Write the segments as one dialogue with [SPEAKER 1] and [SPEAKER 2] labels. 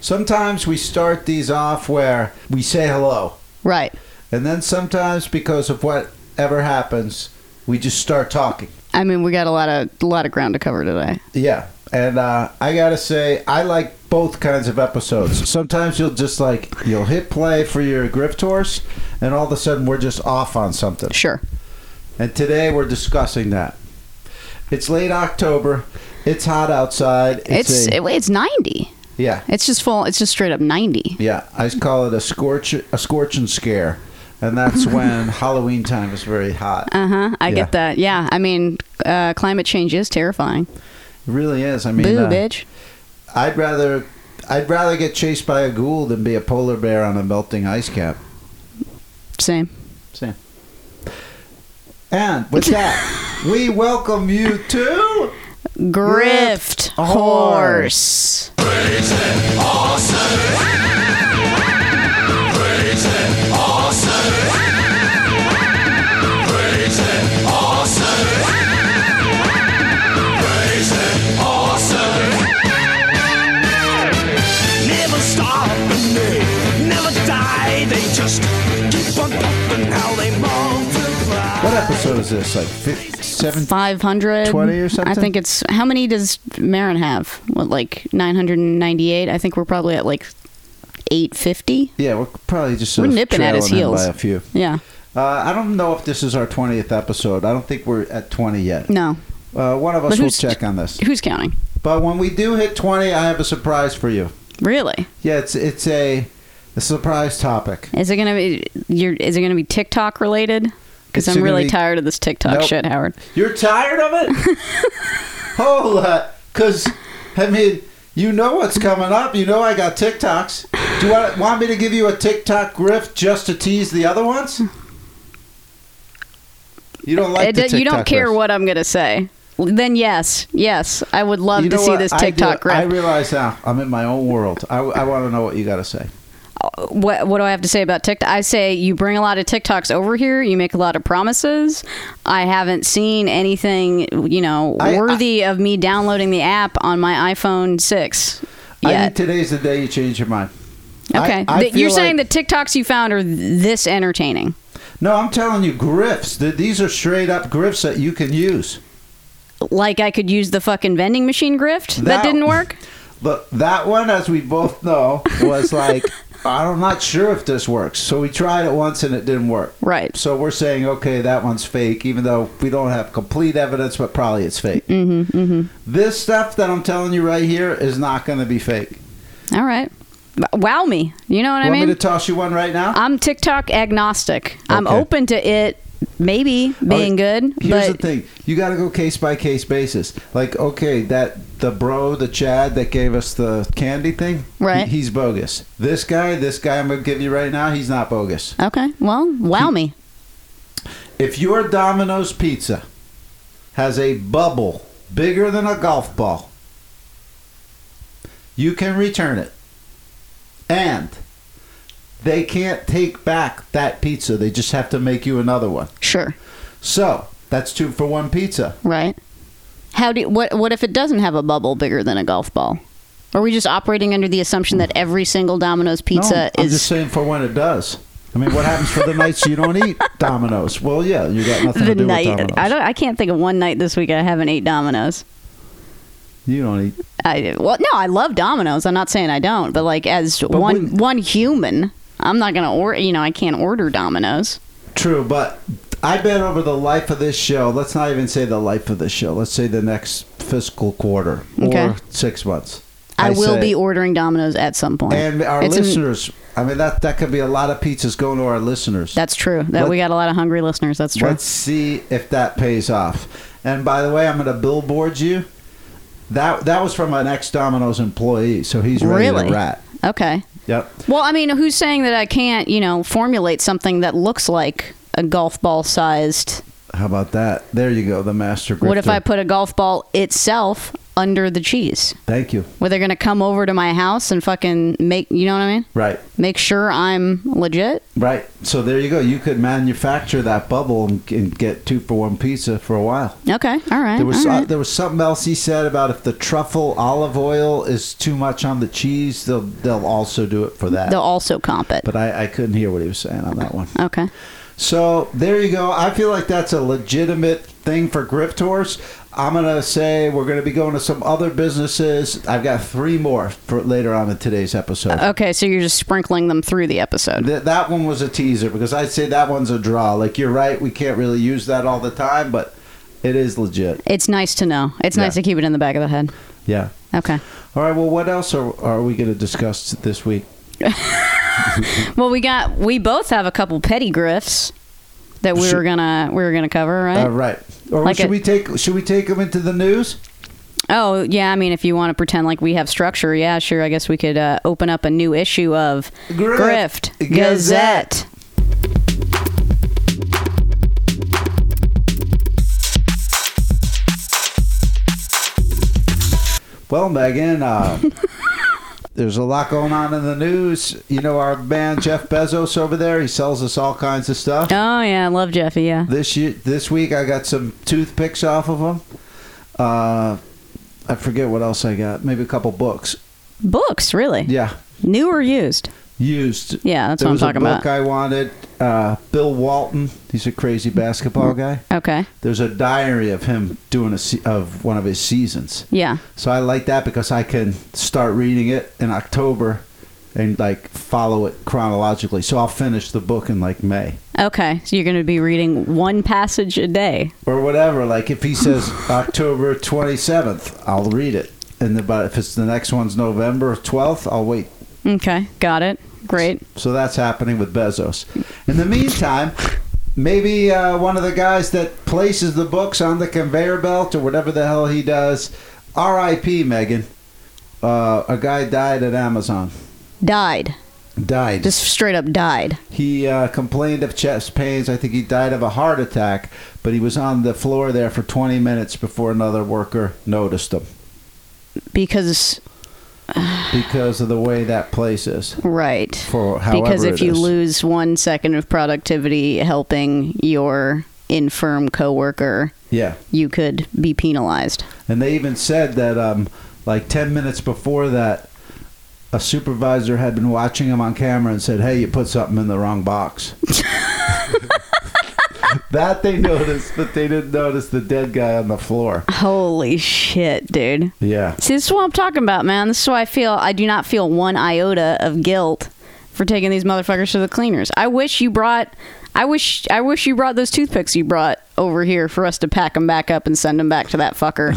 [SPEAKER 1] Sometimes we start these off where we say hello.
[SPEAKER 2] Right.
[SPEAKER 1] And then sometimes because of whatever happens, we just start talking.
[SPEAKER 2] I mean, we got a lot of a lot of ground to cover today.
[SPEAKER 1] Yeah. And uh, I gotta say, I like both kinds of episodes. Sometimes you'll just like you'll hit play for your grip tours, and all of a sudden we're just off on something.
[SPEAKER 2] Sure.
[SPEAKER 1] And today we're discussing that. It's late October. It's hot outside.
[SPEAKER 2] It's it's,
[SPEAKER 1] a-
[SPEAKER 2] it, it's 90.
[SPEAKER 1] yeah,
[SPEAKER 2] It's just full. It's just straight up 90.
[SPEAKER 1] yeah. I call it a scorch a scorch and scare, and that's when Halloween time is very hot. It
[SPEAKER 2] Uh huh. I
[SPEAKER 1] Yeah.
[SPEAKER 2] get that. Yeah. I mean, uh, climate change is terrifying.
[SPEAKER 1] really is. I mean,
[SPEAKER 2] Boo,
[SPEAKER 1] uh,
[SPEAKER 2] bitch.
[SPEAKER 1] I'd rather I'd rather get chased by a ghoul than be a polar bear on a melting ice cap.
[SPEAKER 2] Same.
[SPEAKER 1] Sam. And with that, we welcome you to
[SPEAKER 2] Grift
[SPEAKER 1] Grift
[SPEAKER 2] horse.
[SPEAKER 3] Never stop and they never die. They just keep on popping how they multiply.
[SPEAKER 1] what episode is this? Like fif- seven?
[SPEAKER 2] 500.
[SPEAKER 1] 20 or something?
[SPEAKER 2] I think it's. How many does Marin have? What, like 998? I think we're probably at like 850.
[SPEAKER 1] Yeah, we're probably just sort
[SPEAKER 2] We're
[SPEAKER 1] of
[SPEAKER 2] nipping at his
[SPEAKER 1] trailing him
[SPEAKER 2] heels.
[SPEAKER 1] by a few.
[SPEAKER 2] Yeah.
[SPEAKER 1] Uh, I don't know if this is our twentieth episode. I don't think we're at twenty yet.
[SPEAKER 2] No.
[SPEAKER 1] Uh, one of
[SPEAKER 2] But
[SPEAKER 1] us will
[SPEAKER 2] who's-
[SPEAKER 1] check on this.
[SPEAKER 2] Who's counting?
[SPEAKER 1] But when we do hit twenty, I have a surprise for you.
[SPEAKER 2] Really?
[SPEAKER 1] Yeah, it's it's a, a surprise topic.
[SPEAKER 2] Is it gonna be? You're, is it gonna be TikTok related?
[SPEAKER 1] It's
[SPEAKER 2] Because I'm
[SPEAKER 1] gonna
[SPEAKER 2] really
[SPEAKER 1] be-
[SPEAKER 2] tired of this TikTok
[SPEAKER 1] Nope.
[SPEAKER 2] shit, Howard.
[SPEAKER 1] You're tired of it? Hold on. Because, Oh, uh, I mean, you know what's coming up. You know I got TikToks. Do you want, want me to give you a TikTok riff just to tease the other ones? You don't like
[SPEAKER 2] It
[SPEAKER 1] the
[SPEAKER 2] do- you don't
[SPEAKER 1] TikTok
[SPEAKER 2] care
[SPEAKER 1] riff.
[SPEAKER 2] what I'm gonna say. Then yes, yes, I would love
[SPEAKER 1] You
[SPEAKER 2] to
[SPEAKER 1] know
[SPEAKER 2] see
[SPEAKER 1] what?
[SPEAKER 2] this
[SPEAKER 1] I do-
[SPEAKER 2] TikTok
[SPEAKER 1] I,
[SPEAKER 2] grip.
[SPEAKER 1] realize now I'm in my own world. I, want to know what you got to say.
[SPEAKER 2] what what do I have to say about TikTok? I say you bring a lot of TikToks over here. You make a lot of promises. I haven't seen anything you know
[SPEAKER 1] I- I-
[SPEAKER 2] worthy of me downloading the app on my iPhone six
[SPEAKER 1] I
[SPEAKER 2] yet.
[SPEAKER 1] think today's the day you change your mind. I-
[SPEAKER 2] okay,
[SPEAKER 1] I
[SPEAKER 2] Th- you're
[SPEAKER 1] feel
[SPEAKER 2] saying
[SPEAKER 1] like-
[SPEAKER 2] the TikToks you found are th- this entertaining.
[SPEAKER 1] No, I'm telling you, grifts. Th- These are straight up grifts that you can use.
[SPEAKER 2] Like I could use the fucking vending machine grift that,
[SPEAKER 1] That-
[SPEAKER 2] didn't work.
[SPEAKER 1] But that one, as we both know, was like, I'm not sure if this works. So we tried it once and it didn't work.
[SPEAKER 2] Right.
[SPEAKER 1] So we're saying, okay, that one's fake, even though we don't have complete evidence, but probably it's fake. Mm-hmm, mm-hmm. This stuff that I'm telling you right here is not going to be fake.
[SPEAKER 2] All right. Wow me. You know what I
[SPEAKER 1] Want
[SPEAKER 2] mean?
[SPEAKER 1] me to toss you one right now?
[SPEAKER 2] I'm TikTok agnostic. I'm
[SPEAKER 1] Okay.
[SPEAKER 2] open to it maybe being
[SPEAKER 1] Okay,
[SPEAKER 2] good,
[SPEAKER 1] Oh, Here's
[SPEAKER 2] but
[SPEAKER 1] the thing: you got to go case by case basis. Like, okay, that the bro, the Chad that gave us the candy thing,
[SPEAKER 2] Right.
[SPEAKER 1] he- he's bogus. This guy, this guy, I'm gonna give you right now, he's not bogus.
[SPEAKER 2] okay. Well, wow me.
[SPEAKER 1] If your Domino's pizza has a bubble bigger than a golf ball, you can return it. And they can't take back that pizza. They just have to make you another one.
[SPEAKER 2] Sure.
[SPEAKER 1] So, that's two for one pizza.
[SPEAKER 2] Right. How do what what if it doesn't have a bubble bigger than a golf ball? Are we just operating under the assumption that every single Domino's pizza
[SPEAKER 1] no, I'm just
[SPEAKER 2] is
[SPEAKER 1] saying for when it does. I mean, what happens for the nights you don't eat Domino's? Well, yeah, you got nothing
[SPEAKER 2] the
[SPEAKER 1] to do
[SPEAKER 2] night?
[SPEAKER 1] with Domino's.
[SPEAKER 2] I don't. I can't think of one night this week I haven't ate Domino's.
[SPEAKER 1] you don't eat.
[SPEAKER 2] I well, no, I love Domino's. I'm not saying I don't, but like as one
[SPEAKER 1] wouldn't-
[SPEAKER 2] one human, I'm not gonna order. You know, I can't order Domino's.
[SPEAKER 1] True, but I bet over the life of this show, let's not even say the life of this show, let's say the next fiscal quarter
[SPEAKER 2] Okay.
[SPEAKER 1] or six months.
[SPEAKER 2] I, will
[SPEAKER 1] say-
[SPEAKER 2] be ordering Domino's at some point.
[SPEAKER 1] And our
[SPEAKER 2] It's an-
[SPEAKER 1] listeners, I mean, that, that could be a lot of pizzas going to our listeners.
[SPEAKER 2] that's true. That
[SPEAKER 1] Let-
[SPEAKER 2] we got a lot of hungry listeners. That's true.
[SPEAKER 1] Let's see if that pays off. And by the way, I'm going to billboard you. That that was from an ex Domino's employee, so he's ready
[SPEAKER 2] Really?
[SPEAKER 1] to rat.
[SPEAKER 2] Okay.
[SPEAKER 1] Yep.
[SPEAKER 2] Well, I mean, who's saying that I can't, you know, formulate something that looks like a golf ball sized?
[SPEAKER 1] How about that? There you go, the master.
[SPEAKER 2] What if
[SPEAKER 1] grifter.
[SPEAKER 2] I put a golf ball itself under the cheese.
[SPEAKER 1] Thank you.
[SPEAKER 2] Where they're gonna come over to my house and fucking make you know what I mean?
[SPEAKER 1] Right.
[SPEAKER 2] Make sure I'm legit.
[SPEAKER 1] Right. So there you go. You could manufacture that bubble and, and get two for one pizza for a while.
[SPEAKER 2] Okay, all right.
[SPEAKER 1] There was
[SPEAKER 2] all
[SPEAKER 1] uh,
[SPEAKER 2] right.
[SPEAKER 1] there was something else he said about if the truffle olive oil is too much on the cheese, they'll they'll also do it for that.
[SPEAKER 2] They'll also comp it.
[SPEAKER 1] but I, I couldn't hear what he was saying on that one.
[SPEAKER 2] Okay.
[SPEAKER 1] So there you go. I feel like that's a legitimate thing for Grift Tours. I'm gonna say we're gonna be going to some other businesses. I've got three more for later on in today's episode.
[SPEAKER 2] Okay, so you're just sprinkling them through the episode.
[SPEAKER 1] Th- that one was a teaser because I'd say that one's a draw. Like you're right, we can't really use that all the time, but it is legit.
[SPEAKER 2] It's nice to know. It's nice
[SPEAKER 1] Yeah.
[SPEAKER 2] to keep it in the back of the head.
[SPEAKER 1] Yeah.
[SPEAKER 2] Okay.
[SPEAKER 1] All right. Well, what else are are we gonna discuss this week?
[SPEAKER 2] Well, we got we both have a couple petty grifts that we
[SPEAKER 1] Sure.
[SPEAKER 2] were gonna we were gonna cover, right?
[SPEAKER 1] All Uh, right. Or
[SPEAKER 2] Eh? Like
[SPEAKER 1] should
[SPEAKER 2] a-
[SPEAKER 1] we take should we take them into the news?
[SPEAKER 2] oh yeah, I mean if you want to pretend like we have structure, yeah, sure. I guess we could uh, open up a new issue of
[SPEAKER 1] Grift
[SPEAKER 2] Grift
[SPEAKER 1] Gazette.
[SPEAKER 2] Gazette.
[SPEAKER 1] Well, Megan, uh, there's a lot going on in the news. You know our man Jeff Bezos over there. He sells us all kinds of stuff.
[SPEAKER 2] Oh yeah, I love Jeffy. Yeah.
[SPEAKER 1] This year, this week, I got some toothpicks off of him. Uh, I forget what else I got. Maybe a couple books.
[SPEAKER 2] Books, really?
[SPEAKER 1] Yeah,
[SPEAKER 2] New or used?
[SPEAKER 1] used.
[SPEAKER 2] Yeah, that's
[SPEAKER 1] there
[SPEAKER 2] what I'm
[SPEAKER 1] was
[SPEAKER 2] talking
[SPEAKER 1] a
[SPEAKER 2] about.
[SPEAKER 1] book I wanted. Uh, Bill Walton. He's a crazy basketball
[SPEAKER 2] Mm-hmm.
[SPEAKER 1] guy.
[SPEAKER 2] Okay.
[SPEAKER 1] There's a diary of him doing a se- of one of his seasons.
[SPEAKER 2] Yeah.
[SPEAKER 1] So I like that because I can start reading it in October and like follow it chronologically. So I'll finish the book in like May
[SPEAKER 2] Okay. So you're going to be reading one passage a day.
[SPEAKER 1] or whatever. Like if he says October 27th, I'll read it. And then, but if it's the next one's November 12th, I'll wait.
[SPEAKER 2] Okay. Got it. Great.
[SPEAKER 1] So that's happening with Bezos. In the meantime, maybe uh, one of the guys that places the books on the conveyor belt or whatever the hell he does. R.I.P. Megan. Uh, a guy died at Amazon.
[SPEAKER 2] Died.
[SPEAKER 1] Died.
[SPEAKER 2] Just straight up died.
[SPEAKER 1] He uh, complained of chest pains. I think he died of a heart attack, but he was on the floor there for 20 minutes before another worker noticed him
[SPEAKER 2] Because,
[SPEAKER 1] because of the way that place is.
[SPEAKER 2] right.
[SPEAKER 1] For however
[SPEAKER 2] because if
[SPEAKER 1] it
[SPEAKER 2] you
[SPEAKER 1] is.
[SPEAKER 2] lose one second of productivity helping your infirm coworker,
[SPEAKER 1] Yeah.
[SPEAKER 2] you could be penalized.
[SPEAKER 1] And they even said that, um, like 10 minutes before that, a supervisor had been watching him on camera and said, Hey, you put something in the wrong box. that they noticed, but they didn't notice the dead guy on the floor.
[SPEAKER 2] Holy shit, dude.
[SPEAKER 1] Yeah.
[SPEAKER 2] See, this is what I'm talking about, man. This is why I feel I do not feel one iota of guilt for taking these motherfuckers to the cleaners. I wish you brought, I wish, I wish you brought those toothpicks you brought over here for us to pack them back up and send them back to that fucker.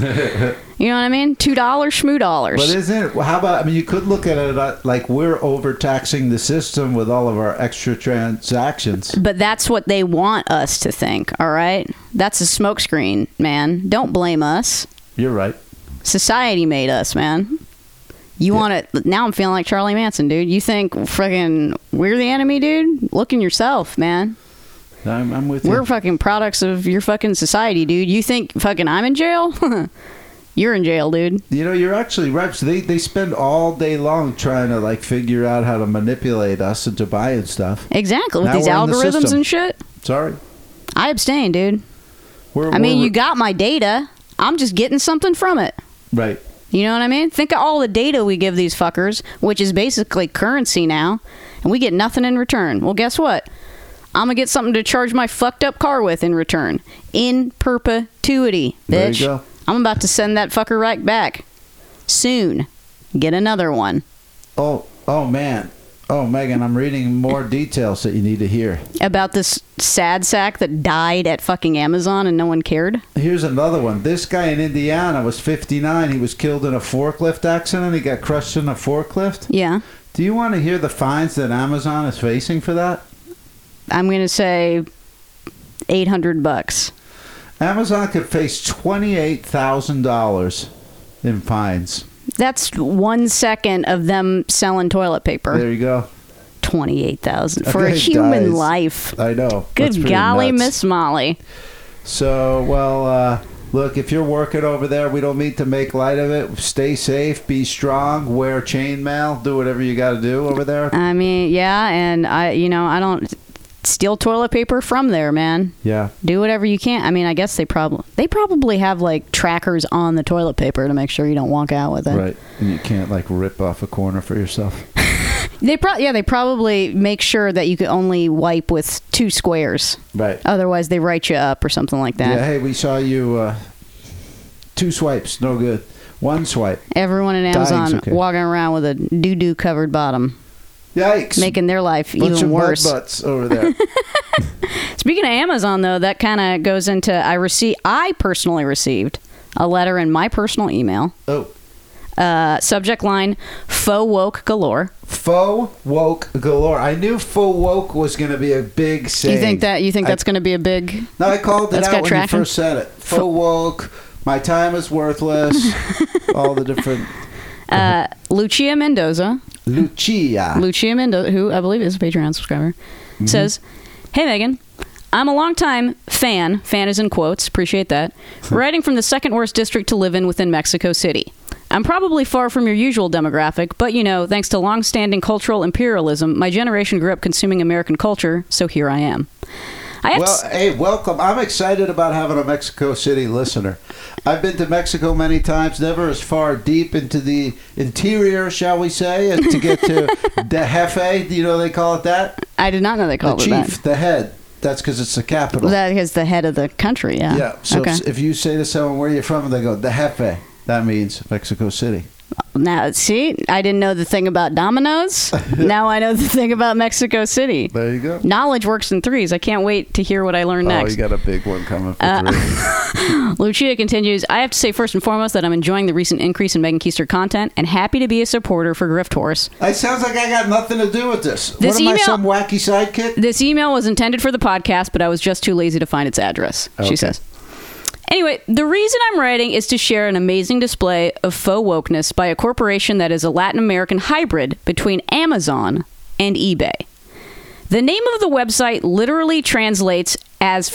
[SPEAKER 2] you know what I mean? Two dollars, schmoo
[SPEAKER 1] But
[SPEAKER 2] dollars.
[SPEAKER 1] isn't it? How about? I mean, you could look at it uh, like we're overtaxing the system with all of our extra transactions.
[SPEAKER 2] But that's what they want us to think. All right, that's a smokescreen, man. Don't blame us.
[SPEAKER 1] You're right.
[SPEAKER 2] society made us, man. You want to now? I'm feeling like Charlie Manson, dude. You think freaking we're the enemy, dude? Look in yourself, man.
[SPEAKER 1] I'm, I'm with
[SPEAKER 2] We're
[SPEAKER 1] you.
[SPEAKER 2] fucking products of your fucking society, dude. You think fucking I'm in jail? You're in jail, dude.
[SPEAKER 1] You know, you're actually right. So they they spend all day long trying to like figure out how to manipulate us into buying stuff.
[SPEAKER 2] Exactly with
[SPEAKER 1] Now
[SPEAKER 2] these
[SPEAKER 1] we're in the
[SPEAKER 2] algorithms
[SPEAKER 1] system.
[SPEAKER 2] and shit.
[SPEAKER 1] Sorry.
[SPEAKER 2] I abstain, dude.
[SPEAKER 1] We're,
[SPEAKER 2] I mean,
[SPEAKER 1] we're-
[SPEAKER 2] you got my data. I'm just getting something from it.
[SPEAKER 1] right.
[SPEAKER 2] You know what I mean? Think of all the data we give these fuckers, which is basically currency now, and we get nothing in return. Well, guess what? I'm going to get something to charge my fucked up car with in return. In perpetuity, bitch.
[SPEAKER 1] There you go.
[SPEAKER 2] I'm about to send that fucker right back. Soon. Get another one.
[SPEAKER 1] Oh oh man. Oh Megan, I'm reading more details that you need to hear.
[SPEAKER 2] About this sad sack that died at fucking Amazon and no one cared.
[SPEAKER 1] Here's another one. This guy in Indiana was 59. He was killed in a forklift accident. He got crushed in a forklift.
[SPEAKER 2] Yeah.
[SPEAKER 1] Do you want to hear the fines that Amazon is facing for that?
[SPEAKER 2] I'm going to say 800 bucks.
[SPEAKER 1] Amazon could face twenty-eight thousand dollars in fines.
[SPEAKER 2] That's one second of them selling toilet paper.
[SPEAKER 1] There you go.
[SPEAKER 2] twenty-eight thousand for a
[SPEAKER 1] Okay,
[SPEAKER 2] human
[SPEAKER 1] guys.
[SPEAKER 2] life.
[SPEAKER 1] I know. That's
[SPEAKER 2] Good
[SPEAKER 1] pretty
[SPEAKER 2] golly,
[SPEAKER 1] nuts.
[SPEAKER 2] Miss Molly.
[SPEAKER 1] So well, uh, Look, if you're working over there, we don't mean to make light of it. Stay safe, be strong, wear chainmail, do whatever you got to do over there.
[SPEAKER 2] I mean, yeah, and I, you know, I don't steal toilet paper from there, man.
[SPEAKER 1] Yeah.
[SPEAKER 2] Do whatever you can. I mean, I guess they probably they probably have like trackers on the toilet paper to make sure you don't walk out with it.
[SPEAKER 1] Right. And you can't like rip off a corner for yourself.
[SPEAKER 2] They pro- yeah, they probably make sure that you can only wipe with two squares.
[SPEAKER 1] Right.
[SPEAKER 2] Otherwise, they write you up or something like that.
[SPEAKER 1] Yeah, hey, we saw you uh, two swipes, no good. One swipe.
[SPEAKER 2] Everyone in
[SPEAKER 1] Dying's
[SPEAKER 2] Amazon
[SPEAKER 1] okay.
[SPEAKER 2] walking around with a doo doo covered bottom,
[SPEAKER 1] Yikes.
[SPEAKER 2] making their life
[SPEAKER 1] Bunch
[SPEAKER 2] even
[SPEAKER 1] of
[SPEAKER 2] worse.
[SPEAKER 1] mud butts over there.
[SPEAKER 2] Speaking of Amazon, though, that kind of goes into I receive I personally received a letter in my personal email.
[SPEAKER 1] oh.
[SPEAKER 2] Uh, subject line: Faux woke galore.
[SPEAKER 1] Faux woke galore. I knew faux woke was going to be a big saying.
[SPEAKER 2] You think that you think
[SPEAKER 1] I-
[SPEAKER 2] that's going to be a big?
[SPEAKER 1] No, I called it
[SPEAKER 2] That's
[SPEAKER 1] out
[SPEAKER 2] got
[SPEAKER 1] when
[SPEAKER 2] traction?
[SPEAKER 1] you first said it. Faux woke. My time is worthless. all the different.
[SPEAKER 2] Uh, Lucia Mendoza,
[SPEAKER 1] Lucia.
[SPEAKER 2] Lucia Mendoza, who I believe is a Patreon subscriber,
[SPEAKER 1] Mm-hmm.
[SPEAKER 2] says, Hey Megan, I'm a longtime fan, fan is in quotes, appreciate that, writing from the second worst district to live in within Mexico City. I'm probably far from your usual demographic, but you know, thanks to longstanding cultural imperialism, my generation grew up consuming American culture, so here I am. I have to
[SPEAKER 1] Well,
[SPEAKER 2] s-
[SPEAKER 1] hey, welcome. I'm excited about having a Mexico City listener. I've been to Mexico many times, never as far deep into the interior, shall we say, as to get to the jefe. Do you know they call it that?
[SPEAKER 2] I did not know they
[SPEAKER 1] The
[SPEAKER 2] called it
[SPEAKER 1] chief,
[SPEAKER 2] that.
[SPEAKER 1] the head. That's because it's the capital.
[SPEAKER 2] That is the head of the country, yeah.
[SPEAKER 1] yeah. So
[SPEAKER 2] okay.
[SPEAKER 1] if, if you say to someone, where are you from? And they go, the jefe. That means Mexico City.
[SPEAKER 2] Now, see, I didn't know the thing about Domino's. now I know the thing about Mexico City.
[SPEAKER 1] There you go.
[SPEAKER 2] Knowledge works in threes. I can't wait to hear what I learn
[SPEAKER 1] Oh,
[SPEAKER 2] next.
[SPEAKER 1] you got a big one coming for three.
[SPEAKER 2] Lucia continues I have to say, first and foremost, that I'm enjoying the recent increase in Megan Keister content and happy to be a supporter for Grift Horse.
[SPEAKER 1] It sounds like I got nothing to do with this.
[SPEAKER 2] This
[SPEAKER 1] what am I,
[SPEAKER 2] email-
[SPEAKER 1] some wacky sidekick?
[SPEAKER 2] This email was intended for the podcast, but I was just too lazy to find its address,
[SPEAKER 1] Okay.
[SPEAKER 2] she says. Anyway, the reason I'm writing is to share an amazing display of faux wokeness by a corporation that is a Latin American hybrid between Amazon and eBay. The name of the website literally translates as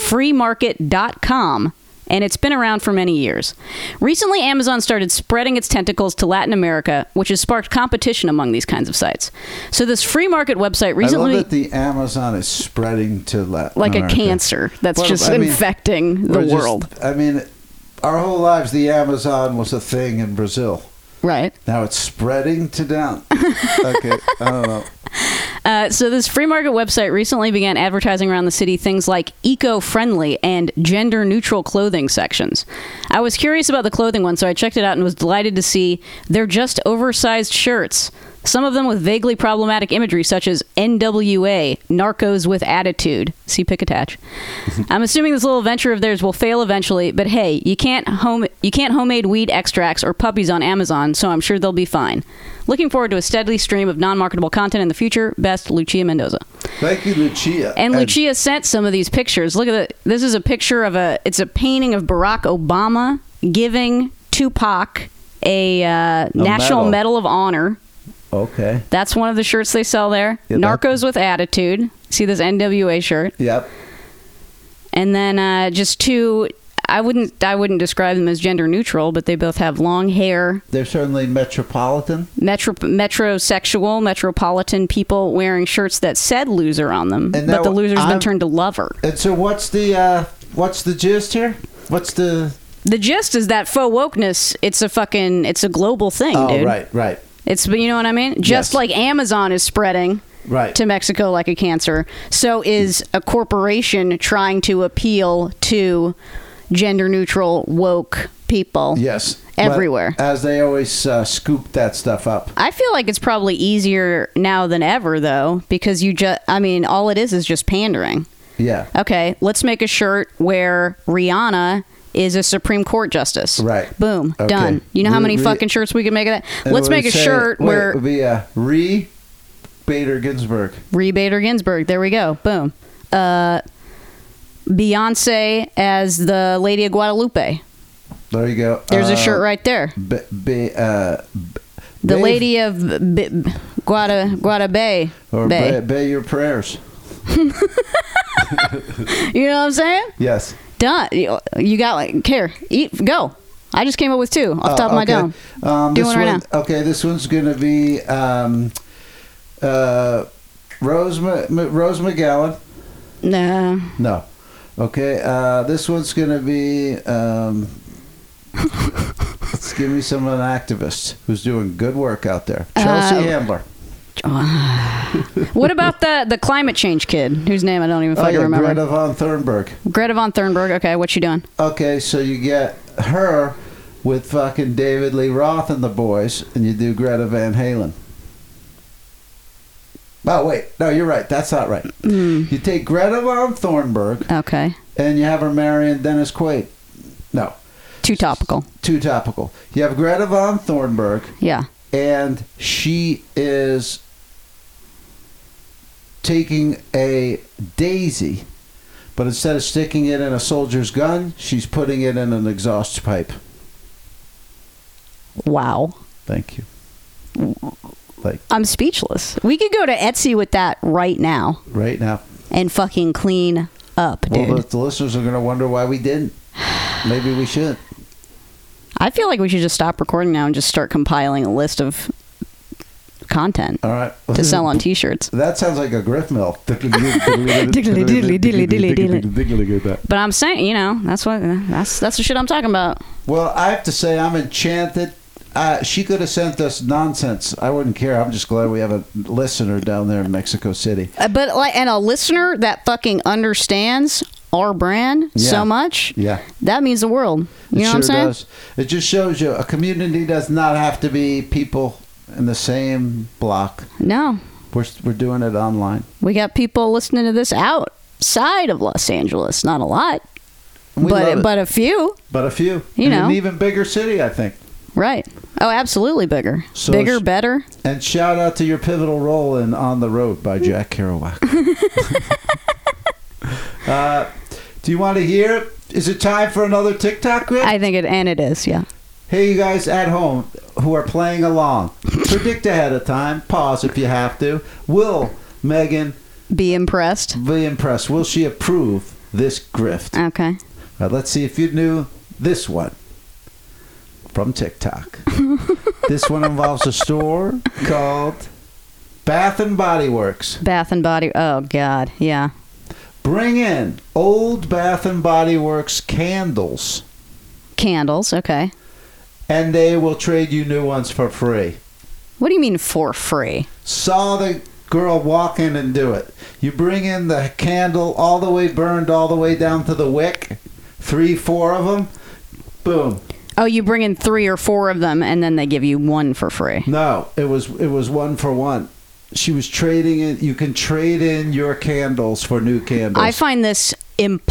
[SPEAKER 2] freemarket.com, and it's been around for many years. Recently, Amazon started spreading its tentacles to Latin America, which has sparked competition among these kinds of sites. So, this free market website recently
[SPEAKER 1] I love that the Amazon is spreading to Latin
[SPEAKER 2] like
[SPEAKER 1] America.
[SPEAKER 2] a cancer that's
[SPEAKER 1] Oh, Well,
[SPEAKER 2] just
[SPEAKER 1] I mean,
[SPEAKER 2] infecting the
[SPEAKER 1] We're just-
[SPEAKER 2] world.
[SPEAKER 1] I mean, our whole lives, the Amazon was a thing in Brazil.
[SPEAKER 2] Right.
[SPEAKER 1] Now it's spreading to down. okay, I don't know.
[SPEAKER 2] Uh, so, this free market website recently began advertising around the city things like eco friendly and gender neutral clothing sections. I was curious about the clothing one, so I checked it out and was delighted to see they're just oversized shirts. Some of them with vaguely problematic imagery, such as NWA, Narcos with Attitude. See pic attach. I'm assuming this little venture of theirs will fail eventually, but hey, you can't home you can't homemade weed extracts or puppies on Amazon, so I'm sure they'll be fine. Looking forward to a steady stream of non-marketable content in the future. Best, Lucia Mendoza.
[SPEAKER 1] Thank you, Lucia.
[SPEAKER 2] And Lucia sent some of these pictures. Look at the, this is a picture of a it's a painting of Barack Obama giving Tupac a, uh, National
[SPEAKER 1] medal.
[SPEAKER 2] Medal of Honor.
[SPEAKER 1] Okay.
[SPEAKER 2] That's one of the shirts they sell there.
[SPEAKER 1] Yeah, that-
[SPEAKER 2] Narcos with attitude. See this NWA shirt,
[SPEAKER 1] Yep.
[SPEAKER 2] and then uh, just two. I wouldn't. I wouldn't describe them as gender neutral, but they both have long hair.
[SPEAKER 1] They're certainly metropolitan.
[SPEAKER 2] Metro metrosexual, metropolitan people wearing shirts that said loser on them,
[SPEAKER 1] And
[SPEAKER 2] but
[SPEAKER 1] now
[SPEAKER 2] the loser's
[SPEAKER 1] I'm-
[SPEAKER 2] been turned to lover.
[SPEAKER 1] And so, what's the uh, what's the gist here? What's the?
[SPEAKER 2] The gist is that faux wokeness. It's a fucking. It's a global thing,
[SPEAKER 1] Oh,
[SPEAKER 2] dude.
[SPEAKER 1] right, right,
[SPEAKER 2] It's you know what I mean. Just
[SPEAKER 1] Yes.
[SPEAKER 2] like Amazon is spreading.
[SPEAKER 1] right.
[SPEAKER 2] to Mexico like a cancer. So is a corporation trying to appeal to gender neutral woke people.
[SPEAKER 1] yes,
[SPEAKER 2] everywhere.
[SPEAKER 1] But as they always uh, scoop that stuff up.
[SPEAKER 2] I feel like it's probably easier now than ever though because you just I mean all it is is just pandering.
[SPEAKER 1] Yeah.
[SPEAKER 2] Okay, let's make a shirt where Rihanna is a Supreme Court justice.
[SPEAKER 1] Right.
[SPEAKER 2] Boom.
[SPEAKER 1] Okay.
[SPEAKER 2] Done. You know how
[SPEAKER 1] Re-
[SPEAKER 2] many
[SPEAKER 1] re-
[SPEAKER 2] fucking shirts we can make of that?
[SPEAKER 1] And
[SPEAKER 2] Let's
[SPEAKER 1] it
[SPEAKER 2] make a
[SPEAKER 1] would say-
[SPEAKER 2] shirt
[SPEAKER 1] wait,
[SPEAKER 2] where
[SPEAKER 1] it would be uh, re Bader Ginsburg.
[SPEAKER 2] Ree Bader Ginsburg. There we go. Boom. Uh, Beyonce as the Lady of Guadalupe.
[SPEAKER 1] There you go.
[SPEAKER 2] There's
[SPEAKER 1] Uh,
[SPEAKER 2] a shirt right there.
[SPEAKER 1] B- b- uh, b-
[SPEAKER 2] The
[SPEAKER 1] Bay-
[SPEAKER 2] Lady of B- B- Guada Guada Bay.
[SPEAKER 1] or
[SPEAKER 2] Bay.
[SPEAKER 1] bay. bay your prayers.
[SPEAKER 2] You know what I'm saying?
[SPEAKER 1] Yes.
[SPEAKER 2] done. You you got like here, eat, go. I just came up with two off the top of my dome.
[SPEAKER 1] Oh, Uh, Um,
[SPEAKER 2] Doing
[SPEAKER 1] this
[SPEAKER 2] right
[SPEAKER 1] one, Okay, this one's going to be um, uh, Rose Ma- Ma- Rose McGowan.
[SPEAKER 2] No,
[SPEAKER 1] No. Okay, uh, this one's going to be. Um, let's give me some of an activist who's doing good work out there. Chelsea
[SPEAKER 2] Uh,
[SPEAKER 1] Handler.
[SPEAKER 2] what about the the climate change kid whose name I don't even
[SPEAKER 1] Oh,
[SPEAKER 2] fucking
[SPEAKER 1] yeah,
[SPEAKER 2] remember?
[SPEAKER 1] Greta von Thunberg.
[SPEAKER 2] Greta von Thunberg. Okay, what you doing?
[SPEAKER 1] Okay, so you get her with fucking David Lee Roth and the boys, and you do Greta Van Halen. Oh wait, no, you're right. That's not right.
[SPEAKER 2] Mm.
[SPEAKER 1] You take Greta von Thornburg
[SPEAKER 2] Okay,
[SPEAKER 1] and you have her marrying Dennis Quaid. No,
[SPEAKER 2] too topical.
[SPEAKER 1] too topical. You have Greta von Thornburg,
[SPEAKER 2] Yeah.
[SPEAKER 1] and she is taking a daisy, but instead of sticking it in a soldier's gun, she's putting it in an exhaust pipe.
[SPEAKER 2] Wow.
[SPEAKER 1] Thank you. Like
[SPEAKER 2] I'm speechless. We could go to Etsy with that right now
[SPEAKER 1] right now.
[SPEAKER 2] and fucking clean up, dude.
[SPEAKER 1] Well, the, the listeners are going to wonder why we didn't. Maybe we should.
[SPEAKER 2] I feel like we should just stop recording now and just start compiling a list of content
[SPEAKER 1] All right.
[SPEAKER 2] to sell on T-shirts.
[SPEAKER 1] That sounds like a griff mill.
[SPEAKER 2] Diddly diddly diddly diddly diddly.
[SPEAKER 1] that.
[SPEAKER 2] But I'm saying, you know, that's what that's that's the shit I'm talking about.
[SPEAKER 1] Well, I have to say, I'm enchanted. Uh, she could have sent us nonsense. I wouldn't care. I'm just glad we have a listener down there in Mexico City.
[SPEAKER 2] Uh, But like, and a listener that fucking understands our brand
[SPEAKER 1] Yeah.
[SPEAKER 2] so much,
[SPEAKER 1] Yeah.
[SPEAKER 2] that means the world.
[SPEAKER 1] it
[SPEAKER 2] You know
[SPEAKER 1] sure
[SPEAKER 2] what I'm saying?
[SPEAKER 1] Does. It just shows you a community does not have to be people in the same block.
[SPEAKER 2] No,
[SPEAKER 1] We're, we're doing it online.
[SPEAKER 2] we got people listening to this outside of Los Angeles. Not a lot,
[SPEAKER 1] And we love
[SPEAKER 2] but
[SPEAKER 1] it.
[SPEAKER 2] but a few,
[SPEAKER 1] but a few.
[SPEAKER 2] You
[SPEAKER 1] In
[SPEAKER 2] know.
[SPEAKER 1] an even bigger city, I think.
[SPEAKER 2] right? Oh, absolutely bigger,
[SPEAKER 1] So
[SPEAKER 2] bigger,
[SPEAKER 1] it's-
[SPEAKER 2] better.
[SPEAKER 1] And shout out to your pivotal role in On the Road by Jack Kerouac. uh, do you want to hear it? Is it time for another TikTok grip?
[SPEAKER 2] I think it and it is. Yeah.
[SPEAKER 1] Hey, you guys at home who are playing along, predict ahead of time. Pause if you have to. Will Megan
[SPEAKER 2] Be impressed.
[SPEAKER 1] be impressed? Will she approve this grift? All
[SPEAKER 2] Okay.
[SPEAKER 1] right, let's see if you knew this one from TikTok. this one involves a store called Bath and Body Works.
[SPEAKER 2] Bath and Body. Oh God. Yeah.
[SPEAKER 1] Bring in old Bath and Body Works candles,
[SPEAKER 2] Candles. Okay.
[SPEAKER 1] and they will trade you new ones for free.
[SPEAKER 2] What do you mean for free?
[SPEAKER 1] saw the girl walk in and do it. You bring in the candle all the way burned, all the way down to the wick, three, four of them. Boom.
[SPEAKER 2] Oh, you bring in three or four of them, and then they give you one for free.
[SPEAKER 1] No, it was it was one for one. She was trading it. You can trade in your candles for new candles.
[SPEAKER 2] I find this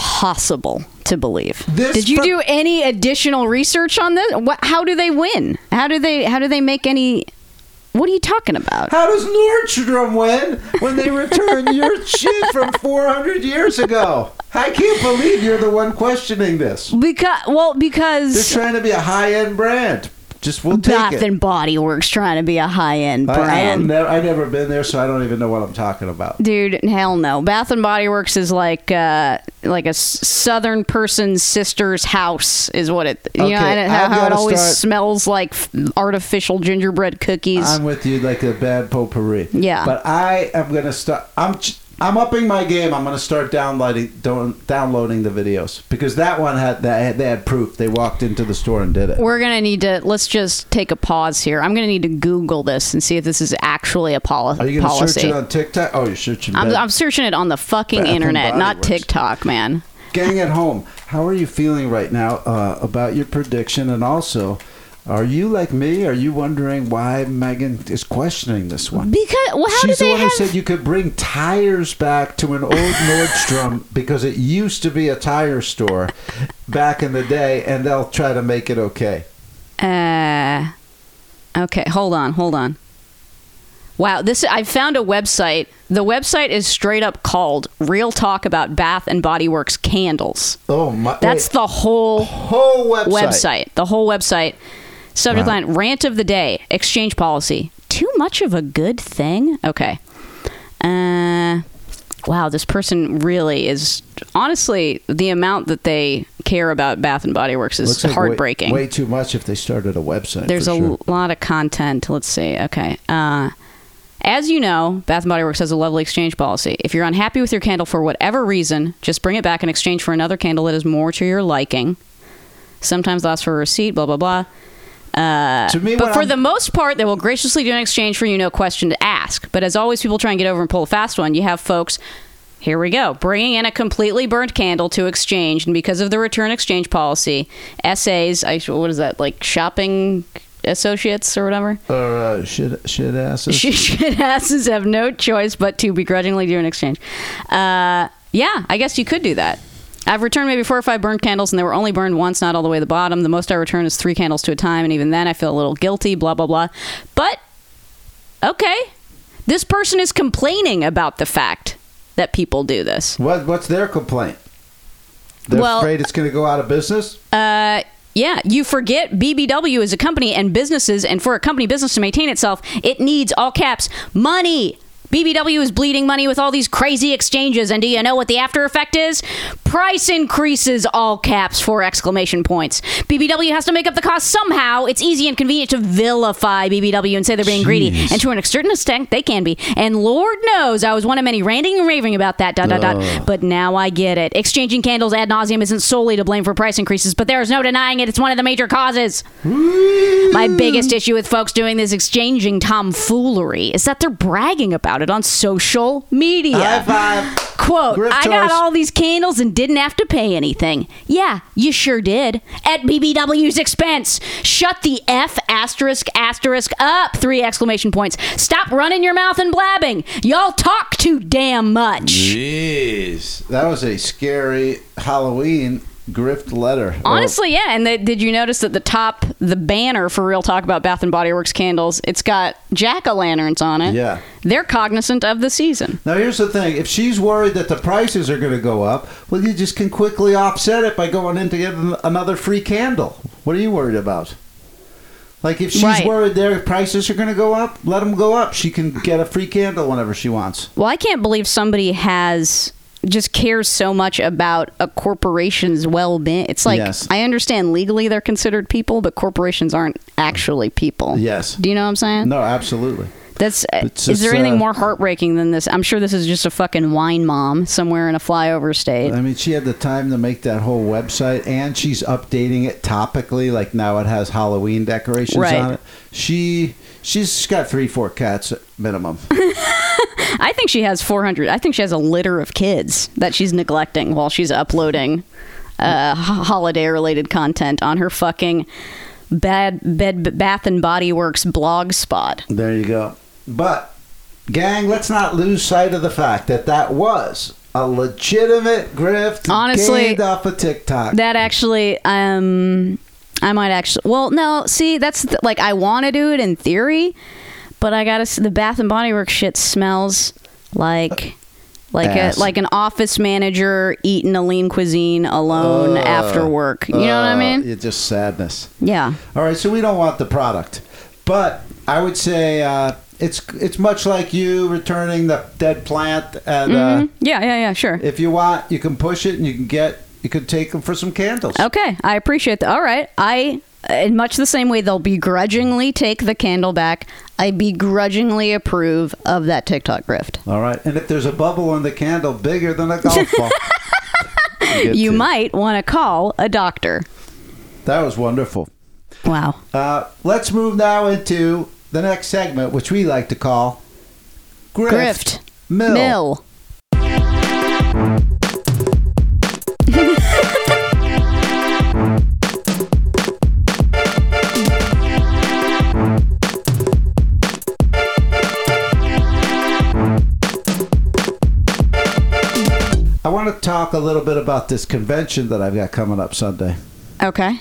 [SPEAKER 2] impossible to believe.
[SPEAKER 1] This
[SPEAKER 2] Did you
[SPEAKER 1] per-
[SPEAKER 2] do any additional research on this? What, how do they win? How do they? How do they make any? What are you talking about?
[SPEAKER 1] How does Nordstrom win when they return your shit from 400 years ago? I can't believe you're the one questioning this.
[SPEAKER 2] Because well,
[SPEAKER 1] They're
[SPEAKER 2] because
[SPEAKER 1] trying to be a high-end brand. Just we'll take
[SPEAKER 2] Bath
[SPEAKER 1] it.
[SPEAKER 2] and Body Works trying to be a high end
[SPEAKER 1] I- I,
[SPEAKER 2] brand.
[SPEAKER 1] don't know. I've never been there, so I don't even know what I'm talking about.
[SPEAKER 2] Dude, hell no. Bath and Body Works is like uh, like a s- southern person's sister's house, is what it. You
[SPEAKER 1] Okay,
[SPEAKER 2] know, and it,
[SPEAKER 1] I've
[SPEAKER 2] how, how it
[SPEAKER 1] gotta
[SPEAKER 2] always
[SPEAKER 1] start-
[SPEAKER 2] smells like f- artificial gingerbread cookies.
[SPEAKER 1] I'm with you, like a bad potpourri.
[SPEAKER 2] Yeah.
[SPEAKER 1] But I am gonna start. I'm ch- I'm upping my game. I'm gonna start downloading don- downloading the videos because that one had that had- they had proof. They walked into the store and did it.
[SPEAKER 2] We're gonna need to let's just take a pause here. I'm gonna need to Google this and see if this is actually a poli-
[SPEAKER 1] Are you gonna
[SPEAKER 2] policy.
[SPEAKER 1] search it on TikTok? Oh, you're searching.
[SPEAKER 2] I'm,
[SPEAKER 1] bad-
[SPEAKER 2] I'm searching it on the fucking
[SPEAKER 1] Bath and
[SPEAKER 2] internet,
[SPEAKER 1] Body
[SPEAKER 2] not
[SPEAKER 1] Works.
[SPEAKER 2] TikTok, man.
[SPEAKER 1] Gang at home, how are you feeling right now uh, about your prediction? And also, are you like me? Are you wondering why Megan is questioning this one?
[SPEAKER 2] Because well, how
[SPEAKER 1] She's the
[SPEAKER 2] do they
[SPEAKER 1] one
[SPEAKER 2] have?
[SPEAKER 1] who said you could bring tires back to an old Nordstrom because it used to be a tire store back in the day, and they'll try to make it okay.
[SPEAKER 2] uh, okay, hold on, hold on. Wow, this I found a website. The website is straight up called "Real Talk About Bath and Body Works Candles."
[SPEAKER 1] Oh my!
[SPEAKER 2] That's
[SPEAKER 1] wait,
[SPEAKER 2] the whole
[SPEAKER 1] whole website.
[SPEAKER 2] website. The whole website. Subject
[SPEAKER 1] Wow.
[SPEAKER 2] line: Rant of the day. Exchange policy. Too much of a good thing. Okay. Uh, wow. This person really is honestly, the amount that they care about Bath and Body Works is
[SPEAKER 1] Looks like way-
[SPEAKER 2] heartbreaking.
[SPEAKER 1] Way, too much if they started a website.
[SPEAKER 2] There's
[SPEAKER 1] for
[SPEAKER 2] a
[SPEAKER 1] sure.
[SPEAKER 2] lot of content. Let's see. Okay. Uh, as you know, Bath and Body Works has a lovely exchange policy. If you're unhappy with your candle for whatever reason, just bring it back in exchange for another candle that is more to your liking. Sometimes they'll ask for a receipt, blah, blah, blah.
[SPEAKER 1] to me,
[SPEAKER 2] uh, But
[SPEAKER 1] when
[SPEAKER 2] for
[SPEAKER 1] I'm-
[SPEAKER 2] the most part, they will graciously do an exchange for you no question to ask. But as always, people try and get over and pull a fast one. You have folks, here we go, bringing in a completely burnt candle to exchange. And because of the return exchange policy, SAs, I, what is that, like shopping associates or whatever?
[SPEAKER 1] or, uh, shit, shit asses.
[SPEAKER 2] Shit shit asses have no choice but to begrudgingly do an exchange. Uh, yeah, I guess you could do that. I've returned maybe four or five burned candles, and they were only burned once, not all the way to the bottom. The most I return is three candles to a time, and even then I feel a little guilty, blah, blah, blah. But, okay. This person is complaining about the fact that people do this.
[SPEAKER 1] What, what's their complaint? They're
[SPEAKER 2] Well-
[SPEAKER 1] afraid it's going to go out of business.
[SPEAKER 2] Uh, yeah, you forget BBW is a company and businesses, and for a company business to maintain itself, it needs all caps money. BBW is bleeding money with all these crazy exchanges, and do you know what the after effect is? Price increases, all caps, four exclamation points. BBW has to make up the cost somehow. It's easy and convenient to vilify BBW and say they're being greedy,
[SPEAKER 1] Jeez.
[SPEAKER 2] and to an certain extent, they can be. And Lord knows, I was one of many ranting and raving about that. Dot dot dot. But now I get it. Exchanging candles ad nauseum isn't solely to blame for price increases, but there is no denying it. It's one of the major causes. My biggest issue with folks doing this exchanging tomfoolery is that they're bragging about it on social media.
[SPEAKER 1] High five.
[SPEAKER 2] Quote,
[SPEAKER 1] Grift
[SPEAKER 2] I got
[SPEAKER 1] toast.
[SPEAKER 2] all these candles and didn't have to pay anything. Yeah, you sure did. At BBW's expense. Shut the F asterisk asterisk up. Three exclamation points. Stop running your mouth and blabbing. Y'all talk too damn much.
[SPEAKER 1] Jeez, that was a scary Halloween grift letter. Or-
[SPEAKER 2] Honestly, yeah. And they, did you notice that the top, the banner for Real Talk about Bath and Body Works candles, it's got jack o' lanterns on it.
[SPEAKER 1] Yeah.
[SPEAKER 2] They're cognizant of the season.
[SPEAKER 1] Now here's the thing: if she's worried that the prices are going to go up, well, you just can quickly offset it by going in to get an- another free candle. What are you worried about? Like if she's
[SPEAKER 2] Right.
[SPEAKER 1] worried their prices are going to go up, let them go up. She can get a free candle whenever she wants.
[SPEAKER 2] Well, I can't believe somebody has just cares so much about a corporation's well-being. It's like
[SPEAKER 1] Yes.
[SPEAKER 2] I understand legally they're considered people, but corporations aren't actually people.
[SPEAKER 1] Yes.
[SPEAKER 2] Do you know what I'm saying?
[SPEAKER 1] No, absolutely.
[SPEAKER 2] That's
[SPEAKER 1] It's
[SPEAKER 2] is there
[SPEAKER 1] just,
[SPEAKER 2] anything
[SPEAKER 1] uh,
[SPEAKER 2] more heartbreaking than this? I'm sure this is just a fucking wine mom somewhere in a flyover state.
[SPEAKER 1] I mean, she had the time to make that whole website, and she's updating it topically. Like now, it has Halloween decorations
[SPEAKER 2] Right.
[SPEAKER 1] on it. She she's got three, four cats minimum.
[SPEAKER 2] I think she has 400. I think she has a litter of kids that she's neglecting while she's uploading uh, holiday related content on her fucking bad bed bath and body works blog spot.
[SPEAKER 1] There you go. But, gang, let's not lose sight of the fact that that was a legitimate grift.
[SPEAKER 2] Honestly,
[SPEAKER 1] gained off of TikTok.
[SPEAKER 2] That actually um I might actually Well, no, see, that's th- like I want to do it in theory, but I got to the bath and body works shit smells like like
[SPEAKER 1] Ass.
[SPEAKER 2] a, like an office manager eating a lean cuisine alone after work. You know what I
[SPEAKER 1] Uh,
[SPEAKER 2] mean?
[SPEAKER 1] It's just sadness.
[SPEAKER 2] Yeah.
[SPEAKER 1] All right, so we don't want the product, but I would say uh, it's it's much like you returning the dead plant, and uh,
[SPEAKER 2] Yeah, yeah, yeah, sure.
[SPEAKER 1] if you want, you can push it and you can get you could take them for some candles.
[SPEAKER 2] Okay, I appreciate that. All right, I in much the same way they'll begrudgingly take the candle back. I begrudgingly approve of that TikTok grift.
[SPEAKER 1] All right, and if there's a bubble in the candle bigger than a golf ball, get
[SPEAKER 2] You
[SPEAKER 1] to.
[SPEAKER 2] might want to call a doctor.
[SPEAKER 1] That was wonderful.
[SPEAKER 2] Wow.
[SPEAKER 1] Uh, let's move now into the next segment, which we like to call Grift,
[SPEAKER 2] Grift.
[SPEAKER 1] Mill.
[SPEAKER 2] Mill.
[SPEAKER 1] I want to talk a little bit about this convention that I've got coming up Sunday.
[SPEAKER 2] Okay.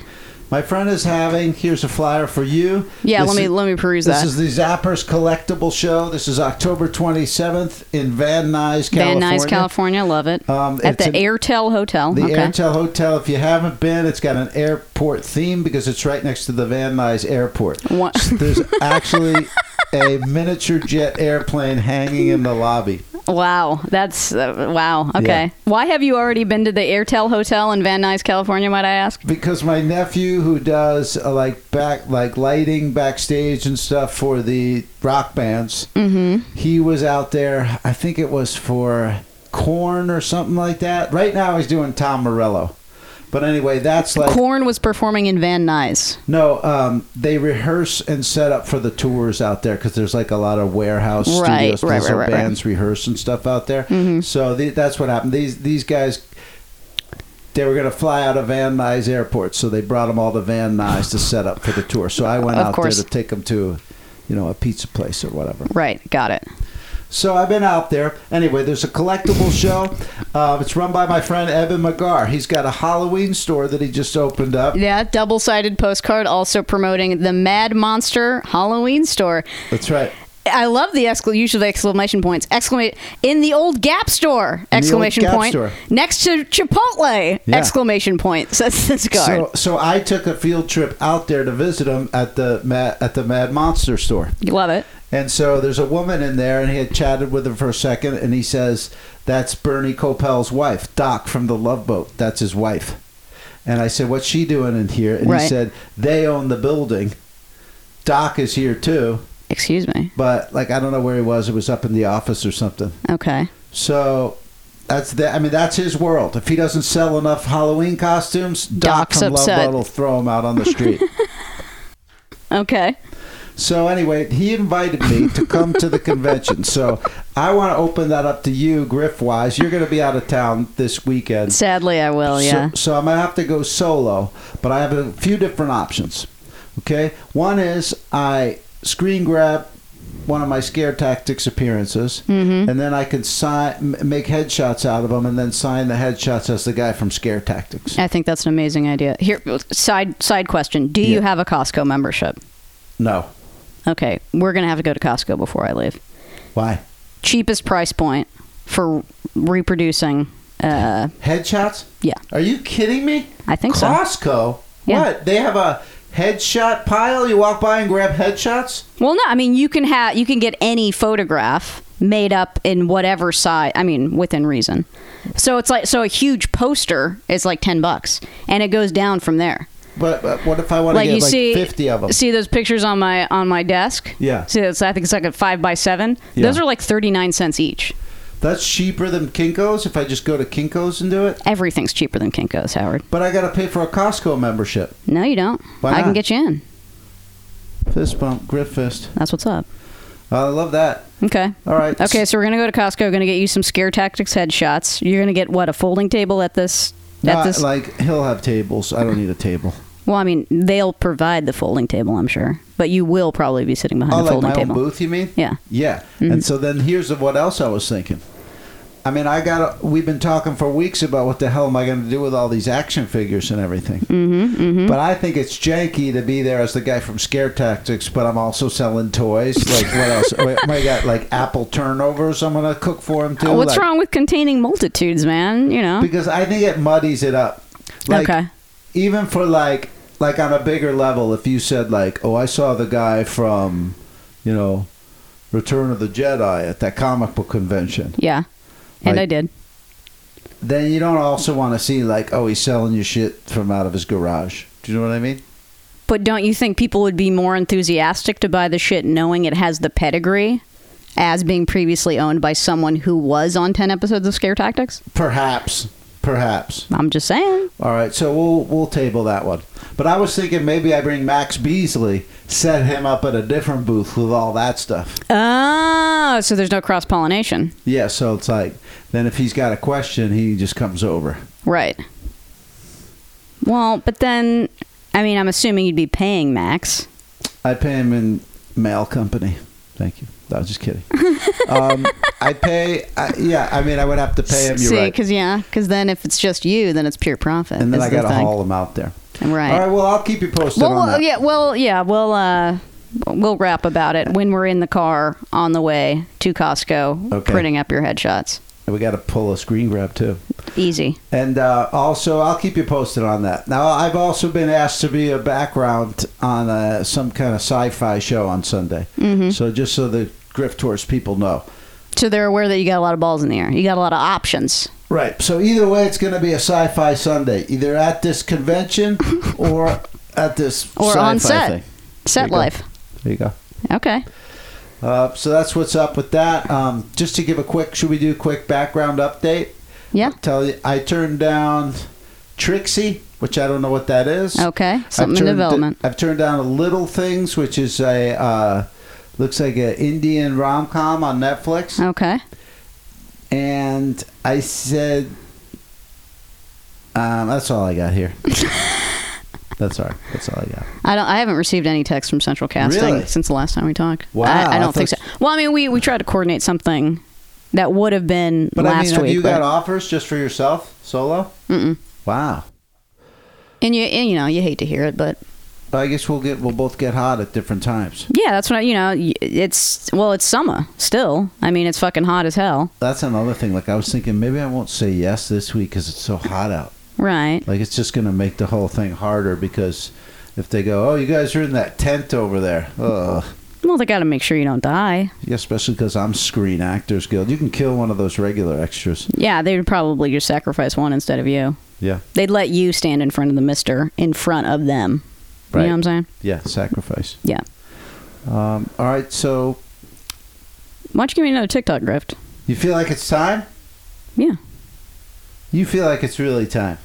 [SPEAKER 1] My friend is having. Here's a flyer for you.
[SPEAKER 2] Yeah,
[SPEAKER 1] This
[SPEAKER 2] let me-
[SPEAKER 1] is-
[SPEAKER 2] let me peruse
[SPEAKER 1] this
[SPEAKER 2] that.
[SPEAKER 1] This is the Zappers Collectible Show. This is October 27th in Van Nuys, California.
[SPEAKER 2] Van Nuys, California. Love it.
[SPEAKER 1] Um,
[SPEAKER 2] At
[SPEAKER 1] it's
[SPEAKER 2] the
[SPEAKER 1] an-
[SPEAKER 2] Airtel Hotel.
[SPEAKER 1] The
[SPEAKER 2] okay.
[SPEAKER 1] Airtel Hotel. If you haven't been, it's got an airport theme because it's right next to the Van Nuys Airport.
[SPEAKER 2] What-
[SPEAKER 1] So There's actually a miniature jet airplane hanging in the lobby.
[SPEAKER 2] Wow, that's uh, wow. Okay,
[SPEAKER 1] Yeah.
[SPEAKER 2] why have you already been to the Airtel Hotel in Van Nuys, California? Might I ask?
[SPEAKER 1] because my nephew who does uh, like back like lighting backstage and stuff for the rock bands mm-hmm. he was out there i think it was for corn or something like that right now he's doing tom morello but anyway that's like
[SPEAKER 2] Corn was performing in Van Nuys.
[SPEAKER 1] no um, they rehearse and set up for the tours out there because there's like a lot of warehouse
[SPEAKER 2] Right,
[SPEAKER 1] studios
[SPEAKER 2] right,
[SPEAKER 1] right,
[SPEAKER 2] right, right, Mm-hmm. right.
[SPEAKER 1] bands rehearse and stuff out there so the, that's what happened these these guys they were going to fly out of Van Nuys Airport, so they brought them all to Van Nuys to set up for the tour. So I went
[SPEAKER 2] Of
[SPEAKER 1] out
[SPEAKER 2] course.
[SPEAKER 1] there to take them to, you know, a pizza place or whatever.
[SPEAKER 2] Right, got it.
[SPEAKER 1] So I've been out there. Anyway, there's a collectible show. Uh, it's run by my friend Evan McGar. He's got a Halloween store that he just opened up.
[SPEAKER 2] Yeah, double-sided postcard also promoting the Mad Monster Halloween store.
[SPEAKER 1] That's right.
[SPEAKER 2] I love the excla- use of exclamation points. Exclamation in the old Gap store!
[SPEAKER 1] old
[SPEAKER 2] Exclamation
[SPEAKER 1] Gap
[SPEAKER 2] point
[SPEAKER 1] store.
[SPEAKER 2] next to Chipotle!
[SPEAKER 1] Yeah.
[SPEAKER 2] Exclamation point. So that's this card.
[SPEAKER 1] So, so I took a field trip out there to visit him at the Ma- at the Mad Monster store.
[SPEAKER 2] you love it.
[SPEAKER 1] And so there's a woman in there, and he had chatted with her for a second, and he says, "That's Bernie Coppell's wife, Doc from the Love Boat. That's his wife." And I said, "What's she doing in here?" And he
[SPEAKER 2] Right.
[SPEAKER 1] said, "They own the building. Doc is here too,
[SPEAKER 2] Excuse me.
[SPEAKER 1] but like I don't know where he was. It was up in the office or something."
[SPEAKER 2] Okay.
[SPEAKER 1] So. That's the, I mean, that's his world. If he doesn't sell enough Halloween costumes, Doc
[SPEAKER 2] Doc's
[SPEAKER 1] from Love
[SPEAKER 2] upset.
[SPEAKER 1] Boat will throw him out on the street.
[SPEAKER 2] Okay.
[SPEAKER 1] So anyway, he invited me to come to the convention. So I want to open that up to you, Griff Wise. You're going to be out of town this weekend.
[SPEAKER 2] Sadly, I will. Oh, Yeah.
[SPEAKER 1] So, so I'm going to have to go solo, but I have a few different options. Okay? One is I screen grab one of my scare tactics appearances,
[SPEAKER 2] Mm-hmm.
[SPEAKER 1] and then I can sign, m- make headshots out of them, and then sign the headshots as the guy from Scare Tactics.
[SPEAKER 2] I think that's an amazing idea. Here, side side question: Do you
[SPEAKER 1] Yeah.
[SPEAKER 2] have a Costco membership?
[SPEAKER 1] No.
[SPEAKER 2] Okay, we're gonna have to go to Costco before I leave.
[SPEAKER 1] Why?
[SPEAKER 2] Cheapest price point for reproducing. Uh,
[SPEAKER 1] Headshots?
[SPEAKER 2] yeah,
[SPEAKER 1] Are you kidding me?
[SPEAKER 2] I think so.
[SPEAKER 1] Costco?
[SPEAKER 2] Yeah.
[SPEAKER 1] What? They have a headshot pile? You walk by and grab headshots?
[SPEAKER 2] Well, no, I mean you can have you can get any photograph made up in whatever size. I mean, within reason. So it's like so a huge poster is like ten bucks, and it goes down from there.
[SPEAKER 1] But, but what if I want to
[SPEAKER 2] Like
[SPEAKER 1] get
[SPEAKER 2] you
[SPEAKER 1] like
[SPEAKER 2] see
[SPEAKER 1] 50 of them?
[SPEAKER 2] See those pictures on my on my desk.
[SPEAKER 1] Yeah.
[SPEAKER 2] See, it's, I think it's like a five by seven.
[SPEAKER 1] Yeah.
[SPEAKER 2] Those are like thirty nine cents each.
[SPEAKER 1] That's cheaper than Kinko's if I just go to Kinko's and do it.
[SPEAKER 2] Everything's cheaper than Kinko's, Howard.
[SPEAKER 1] But I got to pay for a Costco membership.
[SPEAKER 2] No, you don't.
[SPEAKER 1] Why
[SPEAKER 2] I can
[SPEAKER 1] not?
[SPEAKER 2] get you in.
[SPEAKER 1] Fist bump, grip fist.
[SPEAKER 2] That's what's up.
[SPEAKER 1] I love that.
[SPEAKER 2] Okay.
[SPEAKER 1] All right.
[SPEAKER 2] Okay, so we're gonna go to Costco. We're gonna get you some scare tactics headshots. You're gonna get what a folding table at this. At
[SPEAKER 1] Not,
[SPEAKER 2] this.
[SPEAKER 1] Like, he'll have tables. I don't need a table.
[SPEAKER 2] well, I mean, they'll provide the folding table, I'm sure, but you will probably be sitting behind
[SPEAKER 1] Oh,
[SPEAKER 2] the
[SPEAKER 1] like
[SPEAKER 2] folding
[SPEAKER 1] my
[SPEAKER 2] table.
[SPEAKER 1] own booth, you mean?
[SPEAKER 2] Yeah.
[SPEAKER 1] Yeah.
[SPEAKER 2] Mm-hmm.
[SPEAKER 1] And so then here's what else I was thinking. I mean, I got. We've been talking for weeks about what the hell am I going to do with all these action figures and everything. Mm-hmm, But I think it's janky to be there as the guy from Scare Tactics. But I'm also selling toys. Like what else? Wait, I got like apple turnovers. I'm going to cook for him too.
[SPEAKER 2] Uh, What's
[SPEAKER 1] like-
[SPEAKER 2] wrong with containing multitudes, man? You know.
[SPEAKER 1] Because I think it muddies it up. Like,
[SPEAKER 2] okay.
[SPEAKER 1] even for like like on a bigger level if you said like oh i saw the guy from you know return of the jedi at that comic book convention
[SPEAKER 2] Yeah. And
[SPEAKER 1] like-
[SPEAKER 2] I did.
[SPEAKER 1] then you don't also want to see like oh he's selling you shit from out of his garage do you know what i mean
[SPEAKER 2] But don't you think people would be more enthusiastic to buy the shit knowing it has the pedigree as being previously owned by someone who was on 10 episodes of Scare Tactics?
[SPEAKER 1] perhaps perhaps
[SPEAKER 2] I'm just saying.
[SPEAKER 1] all right so we'll we'll table that one but i was thinking maybe i bring max beasley set him up at a different booth with all that stuff
[SPEAKER 2] Oh, so there's no cross pollination.
[SPEAKER 1] yeah so it's like then if he's got a question he just comes over
[SPEAKER 2] Right. Well, but then, I mean, I'm assuming you'd be paying Max.
[SPEAKER 1] I'd pay him in mail company. Thank you. No, I was just kidding. um, I pay. I, yeah, I mean, I would have to pay him. You're
[SPEAKER 2] See,
[SPEAKER 1] right.
[SPEAKER 2] because yeah, because then if it's just you, then it's pure profit.
[SPEAKER 1] And then
[SPEAKER 2] is
[SPEAKER 1] I
[SPEAKER 2] the
[SPEAKER 1] got to
[SPEAKER 2] thing.
[SPEAKER 1] haul him out there.
[SPEAKER 2] Right.
[SPEAKER 1] All right. Well, I'll keep you posted
[SPEAKER 2] Well,
[SPEAKER 1] on
[SPEAKER 2] well
[SPEAKER 1] that.
[SPEAKER 2] yeah, well, yeah, we'll uh, we'll rap about it when we're in the car on the way to Costco,
[SPEAKER 1] Okay.
[SPEAKER 2] printing up your headshots.
[SPEAKER 1] We got to pull a screen grab too.
[SPEAKER 2] Easy.
[SPEAKER 1] And uh, also, I'll keep you posted on that. Now, I've also been asked to be a background on
[SPEAKER 2] Mm-hmm.
[SPEAKER 1] uh some kind of sci-fi show on Sunday. So just so the Griff Tours people know,
[SPEAKER 2] So they're aware that you got a lot of balls in the air. You got a lot of options.
[SPEAKER 1] Right. So either way, it's going to be a sci-fi Sunday, either at this convention or at this
[SPEAKER 2] Or
[SPEAKER 1] sci-fi
[SPEAKER 2] on set.
[SPEAKER 1] Thing. There
[SPEAKER 2] Set
[SPEAKER 1] you go.
[SPEAKER 2] life.
[SPEAKER 1] There you go.
[SPEAKER 2] Okay.
[SPEAKER 1] Uh, so that's what's up with that. Um, just to give a quick, should we do a quick background update?
[SPEAKER 2] Yeah.
[SPEAKER 1] Tell you, I turned down Trixie, which I don't know what that is.
[SPEAKER 2] Okay.
[SPEAKER 1] I've
[SPEAKER 2] Something in
[SPEAKER 1] turned-
[SPEAKER 2] development.
[SPEAKER 1] I've turned down a Little Things, which is a uh, looks like an Indian rom com on Netflix.
[SPEAKER 2] okay.
[SPEAKER 1] and I said, um, "That's all I got here." that's all. Right. That's all I got.
[SPEAKER 2] I don't. I haven't received any text from Central Casting
[SPEAKER 1] Really?
[SPEAKER 2] since the last time we talked.
[SPEAKER 1] Wow,
[SPEAKER 2] I,
[SPEAKER 1] I
[SPEAKER 2] I don't think so.
[SPEAKER 1] thought-
[SPEAKER 2] Well, I mean, we we tried to coordinate something that would have been
[SPEAKER 1] But I mean,
[SPEAKER 2] last
[SPEAKER 1] have
[SPEAKER 2] week.
[SPEAKER 1] you
[SPEAKER 2] but-
[SPEAKER 1] got offers just for yourself solo?
[SPEAKER 2] Mm-mm.
[SPEAKER 1] Wow.
[SPEAKER 2] and you and you know you hate to hear it, but
[SPEAKER 1] I guess we'll get we'll both get hot at different times.
[SPEAKER 2] yeah, that's what I, you know. y- It's well, it's summer still. I mean, it's fucking hot as hell.
[SPEAKER 1] That's another thing. Like I was thinking, maybe I won't say yes this week because it's so hot out.
[SPEAKER 2] Right.
[SPEAKER 1] Like it's just gonna make the whole thing harder because if they go, oh, you guys are in that tent over there. Ugh.
[SPEAKER 2] Well, they got to make sure you don't die.
[SPEAKER 1] Yeah, especially because I'm Screen Actors Guild. You can kill one of those regular extras.
[SPEAKER 2] Yeah, they would probably just sacrifice one instead of you.
[SPEAKER 1] Yeah.
[SPEAKER 2] They'd let you stand in front of the mister in front of them. You
[SPEAKER 1] Right.
[SPEAKER 2] know what I'm saying?
[SPEAKER 1] Yeah. Sacrifice.
[SPEAKER 2] Yeah.
[SPEAKER 1] Um, all right, so
[SPEAKER 2] Why don't you give me another TikTok grift?
[SPEAKER 1] you feel like it's time?
[SPEAKER 2] Yeah.
[SPEAKER 1] You feel like it's really time.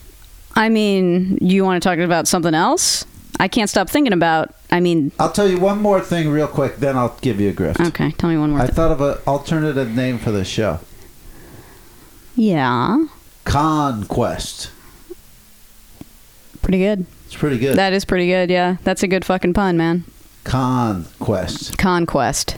[SPEAKER 2] I mean, you want to talk about something else? I can't stop thinking about. I mean,
[SPEAKER 1] I'll tell you one more thing real quick, then I'll give you a grift.
[SPEAKER 2] okay, tell me one more.
[SPEAKER 1] I
[SPEAKER 2] thing.
[SPEAKER 1] thought of an alternative name for this show
[SPEAKER 2] yeah,
[SPEAKER 1] Conquest.
[SPEAKER 2] pretty good.
[SPEAKER 1] It's pretty good.
[SPEAKER 2] That is pretty good. Yeah, that's a good fucking pun, man.
[SPEAKER 1] Conquest.
[SPEAKER 2] Conquest.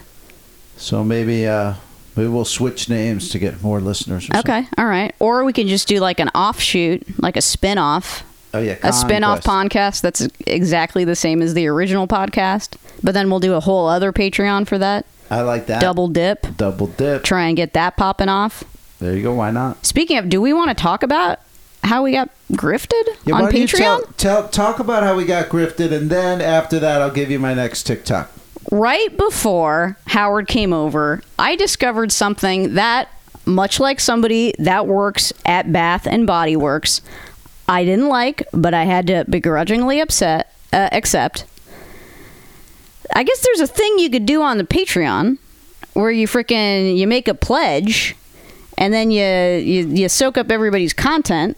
[SPEAKER 1] So maybe uh, maybe we'll switch names to get more listeners. Or something.
[SPEAKER 2] Okay, all right. Or we can just do like an offshoot, like a spin-off,
[SPEAKER 1] Oh yeah,
[SPEAKER 2] a spin-off
[SPEAKER 1] Conquest.
[SPEAKER 2] podcast that's exactly the same as the original podcast, but then we'll do a whole other Patreon for that.
[SPEAKER 1] I like that.
[SPEAKER 2] Double dip.
[SPEAKER 1] double dip.
[SPEAKER 2] Try and get that popping off.
[SPEAKER 1] There you go. Why not?
[SPEAKER 2] Speaking of, do we want to talk about how we got grifted
[SPEAKER 1] Yeah,
[SPEAKER 2] on
[SPEAKER 1] why don't you
[SPEAKER 2] Patreon?
[SPEAKER 1] tell, tell, talk about how we got grifted, and then after that, I'll give you my next TikTok.
[SPEAKER 2] right before Howard came over, I discovered something that, much like somebody that works at Bath and Body Works, I didn't like, but I had to begrudgingly upset uh, accept. I guess there's a thing you could do on the Patreon where you freaking you make a pledge, and then you you, you soak up everybody's content,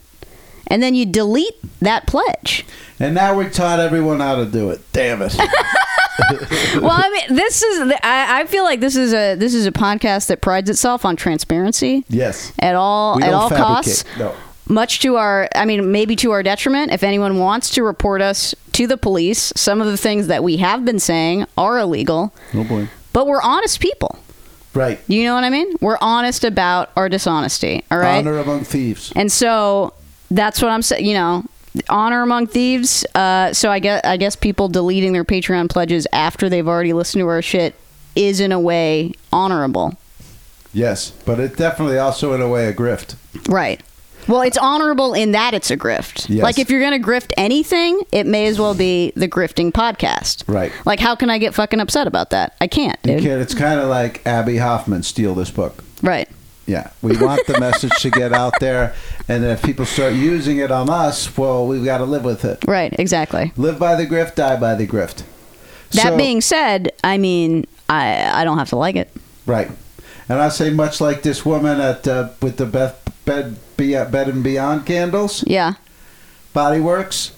[SPEAKER 2] and then you delete that pledge.
[SPEAKER 1] And now we taught everyone how to do it. Damn it.
[SPEAKER 2] well, I mean, this is. I, I feel like this is a this is a podcast that prides itself on transparency
[SPEAKER 1] yes.
[SPEAKER 2] at all
[SPEAKER 1] We
[SPEAKER 2] at
[SPEAKER 1] don't
[SPEAKER 2] all
[SPEAKER 1] fabricate.
[SPEAKER 2] costs.
[SPEAKER 1] No.
[SPEAKER 2] Much to our, I mean, maybe to our detriment. If anyone wants to report us to the police, some of the things that we have been saying are illegal.
[SPEAKER 1] No boy.
[SPEAKER 2] But we're honest people.
[SPEAKER 1] Right.
[SPEAKER 2] You know what I mean? We're honest about our dishonesty. All right.
[SPEAKER 1] Honor among thieves.
[SPEAKER 2] And so that's what I'm saying. You know, honor among thieves. Uh, so I guess I guess people deleting their Patreon pledges after they've already listened to our shit is in a way honorable,
[SPEAKER 1] Yes, but it definitely also in a way a grift.
[SPEAKER 2] right? Well, it's honorable in that it's a grift.
[SPEAKER 1] Yes.
[SPEAKER 2] Like if you're gonna grift anything, it may as well be the grifting podcast.
[SPEAKER 1] Right.
[SPEAKER 2] Like how can I get fucking upset about that? I can't,
[SPEAKER 1] You
[SPEAKER 2] dude.
[SPEAKER 1] can't, it's kind of like Abby Hoffman steal this book.
[SPEAKER 2] Right.
[SPEAKER 1] Yeah, we want the message to get out there, and if people start using it on us, well, we've got to live with it.
[SPEAKER 2] Right. Exactly.
[SPEAKER 1] Live by the grift, die by the grift.
[SPEAKER 2] That
[SPEAKER 1] So-
[SPEAKER 2] being said, I mean, I I don't have to like it.
[SPEAKER 1] right, and I say much like this woman at uh, with the Beth, bed be, bed and beyond candles,
[SPEAKER 2] Yeah.
[SPEAKER 1] Body Works.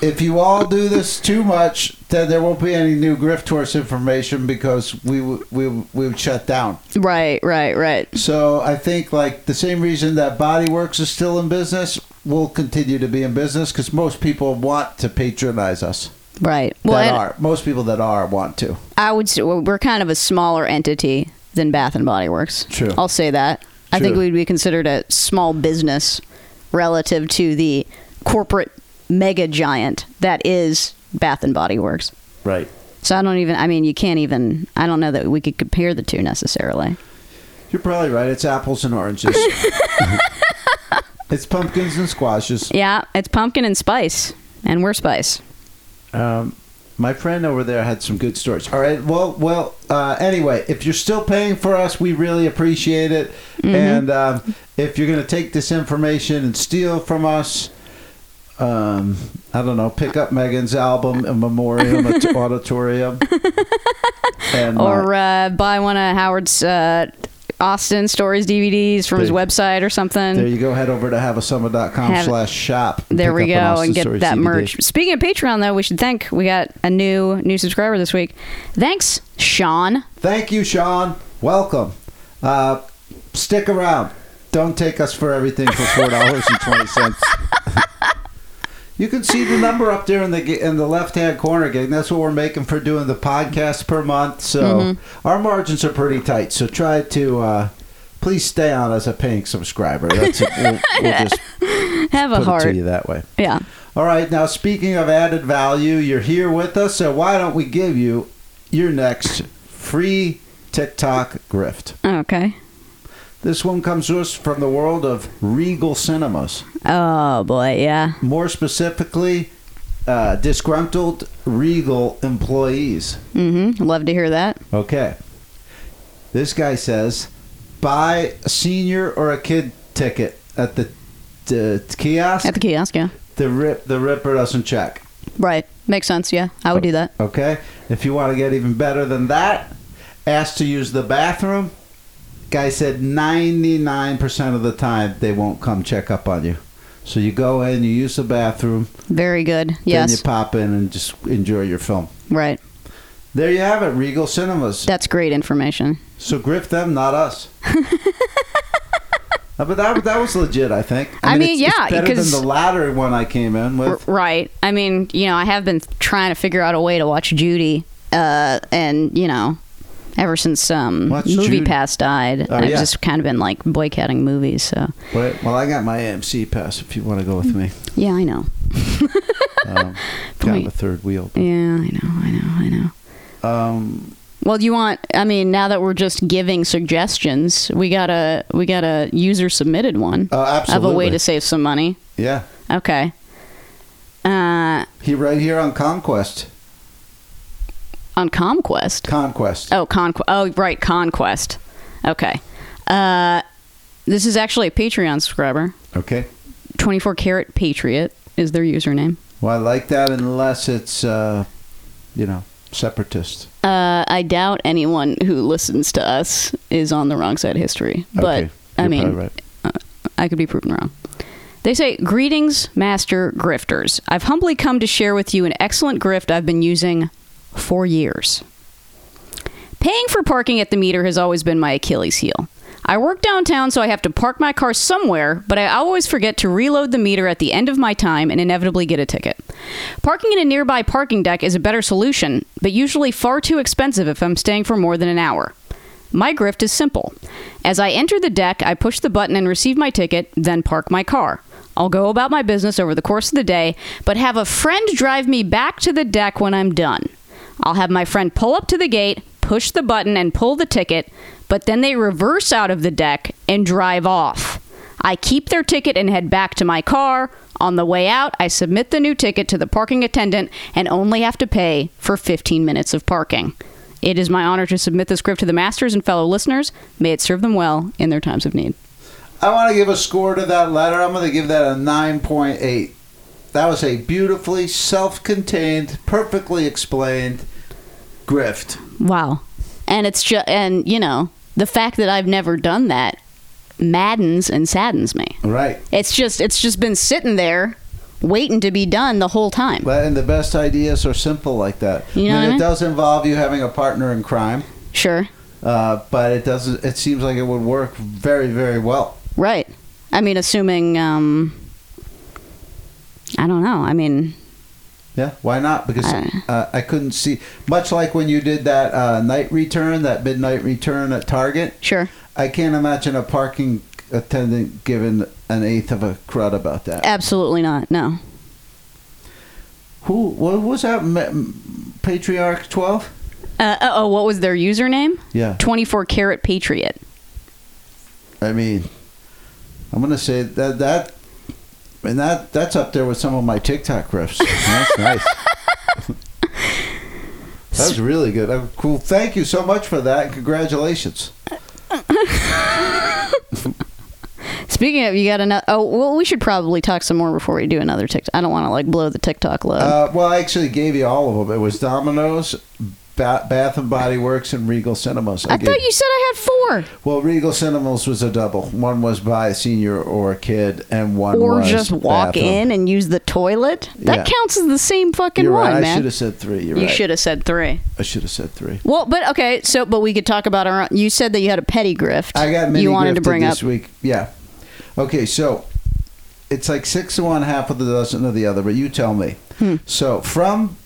[SPEAKER 1] if you all do this too much, then there won't be any new grift horse information because we w- we w- we would shut down.
[SPEAKER 2] Right. Right. Right.
[SPEAKER 1] So I think like the same reason that Body Works is still in business will continue to be in business because most people want to patronize us.
[SPEAKER 2] Right. Well,
[SPEAKER 1] that
[SPEAKER 2] and-
[SPEAKER 1] are most people that are want to.
[SPEAKER 2] I would say well, we're kind of a smaller entity than Bath and Body Works.
[SPEAKER 1] True.
[SPEAKER 2] I'll say that. I think
[SPEAKER 1] True.
[SPEAKER 2] we'd be considered a small business relative to the corporate mega giant that is Bath and Body Works.
[SPEAKER 1] Right.
[SPEAKER 2] So I don't even I mean you can't even I don't know that we could compare the two necessarily.
[SPEAKER 1] You're probably right. It's apples and oranges. it's pumpkins and squashes.
[SPEAKER 2] Yeah, it's pumpkin and spice and we're spice.
[SPEAKER 1] Um, My friend over there had some good stories. All right. Well, well. Uh, anyway, if you're still paying for us, we really appreciate it.
[SPEAKER 2] Mm-hmm.
[SPEAKER 1] And um, if you're going to take this information and steal from us, um, I don't know, pick up Megan's album, A Memoriam, a t- Auditorium, and uh,
[SPEAKER 2] or uh, buy one of Howard's uh, Austin stories DVDs from his
[SPEAKER 1] There-
[SPEAKER 2] website or something.
[SPEAKER 1] There
[SPEAKER 2] There,
[SPEAKER 1] you go. Head over to haveasummer.com
[SPEAKER 2] Have-
[SPEAKER 1] slash shop. and pick
[SPEAKER 2] we
[SPEAKER 1] up an
[SPEAKER 2] go
[SPEAKER 1] Austin
[SPEAKER 2] and get
[SPEAKER 1] Stories
[SPEAKER 2] that
[SPEAKER 1] DVD.
[SPEAKER 2] merch. Speaking of Patreon, though, we should thank we got a new new subscriber this week. Thanks, Sean.
[SPEAKER 1] Thank you, Sean. Welcome. Uh, stick around. Don't take us for everything for four dollars and twenty cents. You can see the number up there in the ga- in the left hand corner, gang. That's what we're making for doing the podcast per month. So our margins are pretty tight. So try to uh, please stay on as a paying subscriber. That's it. We'll, we'll just
[SPEAKER 2] Have a
[SPEAKER 1] put it to
[SPEAKER 2] heart.
[SPEAKER 1] you that way.
[SPEAKER 2] Yeah.
[SPEAKER 1] All right, now speaking of added value, you're here with us, so why don't we give you your next free TikTok grift?
[SPEAKER 2] Okay.
[SPEAKER 1] This one comes to us from the world of Regal Cinemas.
[SPEAKER 2] Oh boy, yeah.
[SPEAKER 1] More specifically, uh, disgruntled Regal employees.
[SPEAKER 2] Mm-hmm. Love to hear that.
[SPEAKER 1] Okay. This guy says buy a senior or a kid ticket at the the kiosk.
[SPEAKER 2] At the kiosk, yeah.
[SPEAKER 1] the, rip, the Ripper doesn't check.
[SPEAKER 2] Right. Makes sense. Yeah, I would do that.
[SPEAKER 1] Okay? If you want to get even better than that, ask to use the bathroom. Guy said 99% of the time they won't come check up on you. So you go in, you use the bathroom,
[SPEAKER 2] Very good.
[SPEAKER 1] then you
[SPEAKER 2] Yes.
[SPEAKER 1] pop in and just enjoy your film.
[SPEAKER 2] Right.
[SPEAKER 1] There you have it, Regal Cinemas.
[SPEAKER 2] That's great information.
[SPEAKER 1] So grift them, not us. Uh, but that, that was legit, I think.
[SPEAKER 2] I mean,
[SPEAKER 1] it's- it's
[SPEAKER 2] yeah,
[SPEAKER 1] better than
[SPEAKER 2] because-
[SPEAKER 1] the latter one I came in
[SPEAKER 2] R-
[SPEAKER 1] with.
[SPEAKER 2] right. I mean, you know, I have been trying to figure out a way to watch Judy, uh, and you know, ever since um,
[SPEAKER 1] Watch
[SPEAKER 2] Movie
[SPEAKER 1] Judy.
[SPEAKER 2] Pass died,
[SPEAKER 1] Oh,
[SPEAKER 2] I've
[SPEAKER 1] yeah.
[SPEAKER 2] just kind of been like boycotting movies. So
[SPEAKER 1] Wait, well, I got my AMC pass. If you want to go
[SPEAKER 2] Mm,
[SPEAKER 1] with me,
[SPEAKER 2] yeah, I know.
[SPEAKER 1] um, kind of a third wheel.
[SPEAKER 2] Yeah, I know. I know. I know.
[SPEAKER 1] Um,
[SPEAKER 2] Well, do you want? I mean, now that we're just giving suggestions, we got a we got a user submitted one
[SPEAKER 1] Oh,
[SPEAKER 2] of
[SPEAKER 1] absolutely.
[SPEAKER 2] a way to save some money.
[SPEAKER 1] Yeah.
[SPEAKER 2] Okay. Uh,
[SPEAKER 1] He right here on Conquest.
[SPEAKER 2] on Conquest.
[SPEAKER 1] Conquest.
[SPEAKER 2] Oh, conquest. Oh, right, conquest. Okay. Uh, this is actually a Patreon subscriber.
[SPEAKER 1] Okay.
[SPEAKER 2] Twenty-four carat patriot is their username.
[SPEAKER 1] Well, I like that unless it's, uh, you know, separatist.
[SPEAKER 2] Uh, I doubt anyone who listens to us is on the wrong side of history, but
[SPEAKER 1] okay.
[SPEAKER 2] I
[SPEAKER 1] You're
[SPEAKER 2] mean, uh,
[SPEAKER 1] probably right.
[SPEAKER 2] I could be proven wrong. They say, Greetings, Master Grifters. I've humbly come to share with you an excellent grift I've been using for years. Paying for parking at the meter has always been my Achilles heel. I work downtown, so I have to park my car somewhere, but I always forget to reload the meter at the end of my time and inevitably get a ticket. Parking in a nearby parking deck is a better solution, but usually far too expensive if I'm staying for more than an hour. My grift is simple. As I enter the deck, I push the button and receive my ticket, then park my car. I'll go about my business over the course of the day, but have a friend drive me back to the deck when I'm done. I'll have my friend pull up to the gate, push the button, and pull the ticket, but then they reverse out of the deck and drive off. I keep their ticket and head back to my car. On the way out, I submit the new ticket to the parking attendant and only have to pay for 15 minutes of parking. It is my honor to submit this script to the masters and fellow listeners. May it serve them well in their times of need.
[SPEAKER 1] I want to give a score to that letter. I'm going to give that a 9.8. That was a beautifully self contained, perfectly explained grift.
[SPEAKER 2] Wow. And it's just, and you know, the fact that I've never done that maddens and saddens me.
[SPEAKER 1] Right.
[SPEAKER 2] It's just, it's just been sitting there waiting to be done the whole time.
[SPEAKER 1] But, and the best ideas are simple like that.
[SPEAKER 2] You know
[SPEAKER 1] I mean,
[SPEAKER 2] what I
[SPEAKER 1] it
[SPEAKER 2] mean?
[SPEAKER 1] does involve you having a partner in crime,
[SPEAKER 2] Sure.
[SPEAKER 1] uh, but it doesn't. It seems like it would work very, very well.
[SPEAKER 2] Right. I mean, assuming, um, I don't know. I mean,
[SPEAKER 1] Yeah, why not? Because
[SPEAKER 2] I-
[SPEAKER 1] uh, I couldn't see. Much like when you did that uh, night return, that midnight return at Target,
[SPEAKER 2] sure.
[SPEAKER 1] I can't imagine a parking attendant giving an eighth of a crud about that.
[SPEAKER 2] Uh. Absolutely not. No.
[SPEAKER 1] Who? What was that? Ma- Patriarch Twelve?
[SPEAKER 2] Uh, oh, what was their username?
[SPEAKER 1] Yeah.
[SPEAKER 2] 24 Carat Patriot.
[SPEAKER 1] I mean, I'm gonna say that that. And that that's up there with some of my TikTok riffs. That's nice. That was really good. That was cool. Thank you so much for that. and Congratulations.
[SPEAKER 2] Speaking of, you got another. Oh, well, we should probably talk some more before we do another TikTok. I don't want to like blow the TikTok load.
[SPEAKER 1] Uh, well, I actually gave you all of them. It was Domino's, ba- Bath and Body Works, and Regal Cinemas.
[SPEAKER 2] I
[SPEAKER 1] gave-
[SPEAKER 2] thought you said I had four,
[SPEAKER 1] Well, Regal Cinemas was a double. One was by a senior or a kid, and one
[SPEAKER 2] or
[SPEAKER 1] was
[SPEAKER 2] just walk
[SPEAKER 1] bathroom.
[SPEAKER 2] in and use the toilet. That
[SPEAKER 1] Yeah.
[SPEAKER 2] counts as the same fucking
[SPEAKER 1] You're
[SPEAKER 2] one,
[SPEAKER 1] right. I
[SPEAKER 2] man.
[SPEAKER 1] should have said three. You're
[SPEAKER 2] you
[SPEAKER 1] right.
[SPEAKER 2] should have said three.
[SPEAKER 1] I should have said three.
[SPEAKER 2] Well, but okay. So, but we could talk about our. own- You said that you had a petty grift.
[SPEAKER 1] I got mini
[SPEAKER 2] You wanted to
[SPEAKER 1] grifted
[SPEAKER 2] bring
[SPEAKER 1] this
[SPEAKER 2] up.
[SPEAKER 1] week. Yeah. Okay, so it's like six to one, half of the dozen of the other. But you tell me.
[SPEAKER 2] Hmm.
[SPEAKER 1] So from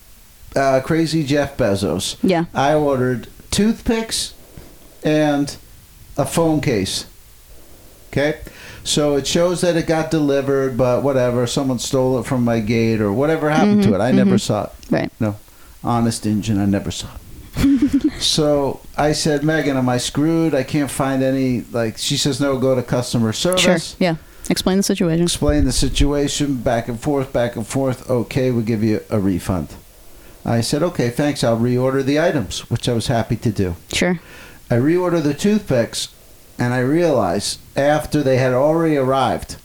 [SPEAKER 1] uh, crazy Jeff Bezos,
[SPEAKER 2] Yeah.
[SPEAKER 1] I ordered toothpicks and a phone case. Okay, so it shows that it got delivered, but whatever, someone stole it from my gate or whatever happened to it. I never saw it.
[SPEAKER 2] Right.
[SPEAKER 1] No, honest engine, I never saw. it. so I said, Megan, am I screwed? I can't find any. Like she says, no, go to customer
[SPEAKER 2] Sure.
[SPEAKER 1] service.
[SPEAKER 2] Yeah. Explain the situation.
[SPEAKER 1] Explain the situation, back and forth, back and forth. Okay, we'll give you a refund. I said, okay, thanks. I'll reorder the items, which I was happy to do.
[SPEAKER 2] Sure.
[SPEAKER 1] I reordered the toothpicks, and I realized after they had already arrived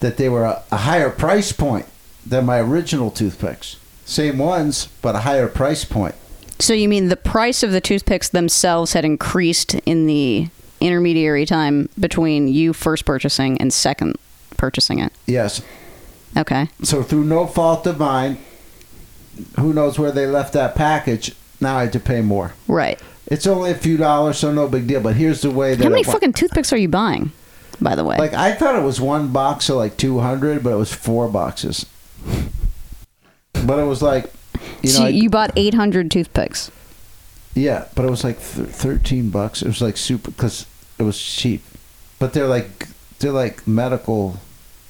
[SPEAKER 1] that they were a, a higher price point than my original toothpicks. Same ones, but a higher price point.
[SPEAKER 2] So you mean the price of the toothpicks themselves had increased in the intermediary time between you first purchasing and second purchasing it?
[SPEAKER 1] Yes.
[SPEAKER 2] Okay.
[SPEAKER 1] So through no fault of mine, who knows where they left that package? Now I had to pay more.
[SPEAKER 2] Right.
[SPEAKER 1] It's only a few dollars, so no big deal. But here's the way that
[SPEAKER 2] How many
[SPEAKER 1] it wa-
[SPEAKER 2] fucking toothpicks are you buying, by the way?
[SPEAKER 1] like I thought it was one box of like two hundred, but it was four boxes. But it was like, you know,
[SPEAKER 2] so
[SPEAKER 1] I-
[SPEAKER 2] you bought 800 toothpicks.
[SPEAKER 1] Yeah, but it was like th- thirteen bucks. It was like super because it was cheap. But they're like they're like medical,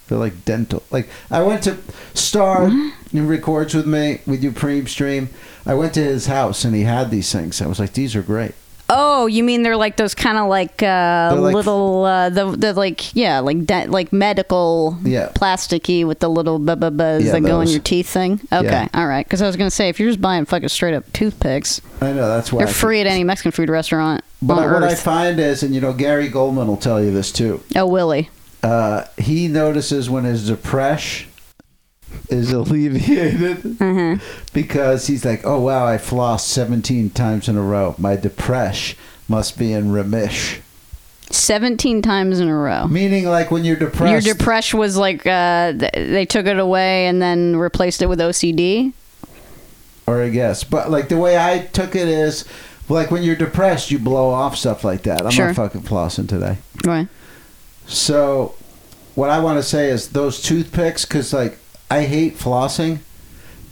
[SPEAKER 1] they're like dental. Like I went to Star who records with me. We do preem stream. I went to his house and he had these things. I was like, these are great.
[SPEAKER 2] Oh, you mean they're like those kind of like uh,
[SPEAKER 1] They're like-
[SPEAKER 2] little uh, the the like yeah like de- like medical
[SPEAKER 1] Yeah.
[SPEAKER 2] plasticky with the little buzz
[SPEAKER 1] Yeah,
[SPEAKER 2] that go in
[SPEAKER 1] those.
[SPEAKER 2] your teeth thing. Okay,
[SPEAKER 1] Yeah.
[SPEAKER 2] all right. Because I was gonna say if you're just buying fucking straight up toothpicks,
[SPEAKER 1] I know that's why.
[SPEAKER 2] they're
[SPEAKER 1] I-
[SPEAKER 2] free at any Mexican food restaurant
[SPEAKER 1] But
[SPEAKER 2] on
[SPEAKER 1] what I
[SPEAKER 2] earth.
[SPEAKER 1] find is, and you know, Gary Goldman will tell you this too.
[SPEAKER 2] oh, Willie.
[SPEAKER 1] Uh, he notices when his depression is alleviated.
[SPEAKER 2] Uh-huh.
[SPEAKER 1] because he's like, oh wow, I flossed 17 times in a row. My depression must be in remish.
[SPEAKER 2] Seventeen times in a row.
[SPEAKER 1] Meaning, like when you're depressed,
[SPEAKER 2] Your depression was like uh, th- they took it away and then replaced it with OCD.
[SPEAKER 1] or I guess, but like the way I took it is, like when you're depressed, you blow off stuff like that. I'm
[SPEAKER 2] Sure.
[SPEAKER 1] not fucking flossing today.
[SPEAKER 2] Right.
[SPEAKER 1] So, what I want to say is those toothpicks, because like I hate flossing,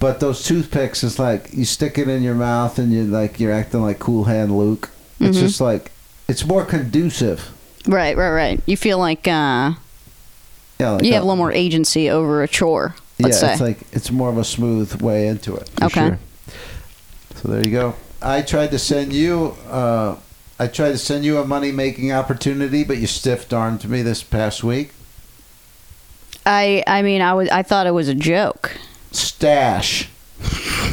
[SPEAKER 1] but those toothpicks is like you stick it in your mouth and you like you're acting like Cool Hand Luke. It's
[SPEAKER 2] Mm-hmm.
[SPEAKER 1] just like it's more conducive.
[SPEAKER 2] Right. Right. Right. You feel like. Uh,
[SPEAKER 1] Yeah, like
[SPEAKER 2] you have
[SPEAKER 1] a-
[SPEAKER 2] a little more agency over a chore. Let's
[SPEAKER 1] yeah,
[SPEAKER 2] say.
[SPEAKER 1] it's like it's more of a smooth way into it. for
[SPEAKER 2] Okay.
[SPEAKER 1] sure. So there you go. I tried to send you. Uh, I tried to send you a money making opportunity, but you stiff armed me this past week.
[SPEAKER 2] I I mean I was I thought it was a joke.
[SPEAKER 1] Stash,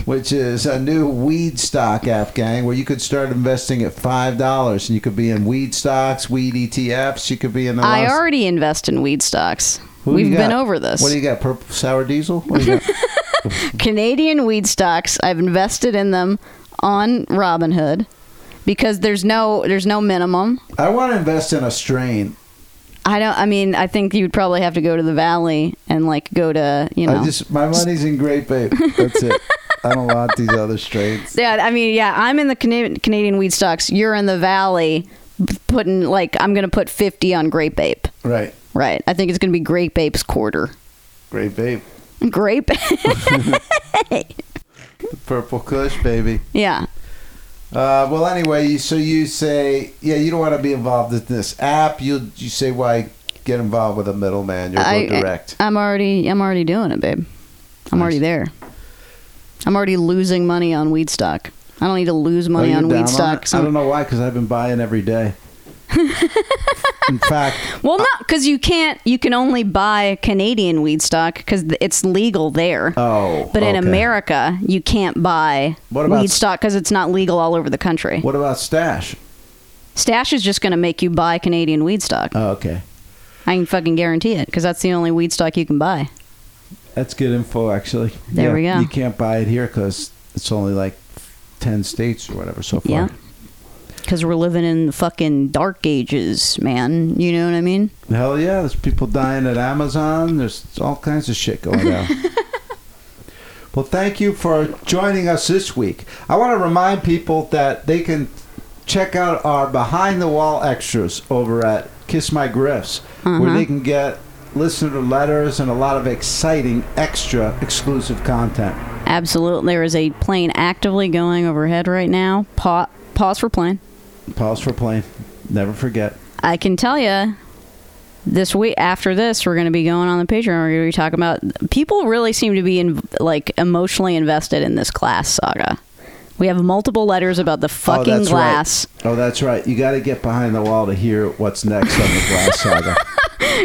[SPEAKER 1] which is a new weed stock app, gang, where you could start investing at five dollars, and you could be in weed stocks, weed ETFs. You could be in the.
[SPEAKER 2] I
[SPEAKER 1] lots-
[SPEAKER 2] already invest in weed stocks.
[SPEAKER 1] Oh, Who do
[SPEAKER 2] We've
[SPEAKER 1] you
[SPEAKER 2] been
[SPEAKER 1] got?
[SPEAKER 2] over this.
[SPEAKER 1] What do you got? Purple sour diesel. What do you got?
[SPEAKER 2] Canadian weed stocks. I've invested in them on Robinhood because there's no there's no minimum.
[SPEAKER 1] I want to invest in a strain.
[SPEAKER 2] I don't. I mean, I think you would probably have to go to the valley and like go to you know.
[SPEAKER 1] I just my money's in Great Bape. That's it. I don't want these other strains.
[SPEAKER 2] yeah, I mean, yeah. I'm in the Canadian Canadian weed stocks. You're in the valley, p- putting like I'm gonna put 50 on Grape Ape.
[SPEAKER 1] Right.
[SPEAKER 2] Right. I think it's gonna be Grape Ape's quarter.
[SPEAKER 1] Great Bape.
[SPEAKER 2] Grape.
[SPEAKER 1] The purple Kush, baby.
[SPEAKER 2] yeah.
[SPEAKER 1] Uh, well, anyway, you- so you say, yeah, you don't want to be involved in this app. You you say why get involved with a middleman? You'll
[SPEAKER 2] I-
[SPEAKER 1] go direct.
[SPEAKER 2] I'm already I'm already doing it, babe. I'm
[SPEAKER 1] Nice.
[SPEAKER 2] already there. I'm already losing money on weed stock. I don't need to lose money
[SPEAKER 1] Oh, you're
[SPEAKER 2] on
[SPEAKER 1] down
[SPEAKER 2] weed
[SPEAKER 1] it?
[SPEAKER 2] stock.
[SPEAKER 1] I don't
[SPEAKER 2] Some-
[SPEAKER 1] know why, because I've been buying every day. In fact,
[SPEAKER 2] Well, no, because you can't. You can only buy Canadian weed stock because it's legal there.
[SPEAKER 1] Oh,
[SPEAKER 2] but in
[SPEAKER 1] okay.
[SPEAKER 2] America, you can't buy
[SPEAKER 1] What about
[SPEAKER 2] weed
[SPEAKER 1] s-
[SPEAKER 2] stock because it's not legal all over the country.
[SPEAKER 1] what about stash?
[SPEAKER 2] Stash is just going to make you buy Canadian weed stock.
[SPEAKER 1] Oh, okay.
[SPEAKER 2] I can fucking guarantee it because that's the only weed stock you can buy.
[SPEAKER 1] That's good info, actually.
[SPEAKER 2] There we go.
[SPEAKER 1] You can't buy it here because it's only like 10 states or whatever so far.
[SPEAKER 2] Yeah. Because we're living in the fucking dark ages, man. You know what I mean?
[SPEAKER 1] Hell yeah, there's people dying at Amazon. There's all kinds of shit going on. well, thank you for joining us this week. I want to remind people that they can check out our behind the wall extras over at Kiss My Griffs,
[SPEAKER 2] Mm-hmm.
[SPEAKER 1] where they can get listener letters and a lot of exciting extra exclusive content.
[SPEAKER 2] Absolutely. There is a plane actively going overhead right now. Pa- pause for plane.
[SPEAKER 1] Pause for plane. Never forget.
[SPEAKER 2] I can tell you this week after this we're going to be going on the patreon we're going to be talking about people really seem to be in, like emotionally invested in this glass saga we have multiple letters about the fucking
[SPEAKER 1] Oh, that's
[SPEAKER 2] glass
[SPEAKER 1] Right. Oh, that's right. You got to get behind the wall to hear what's next on the glass saga.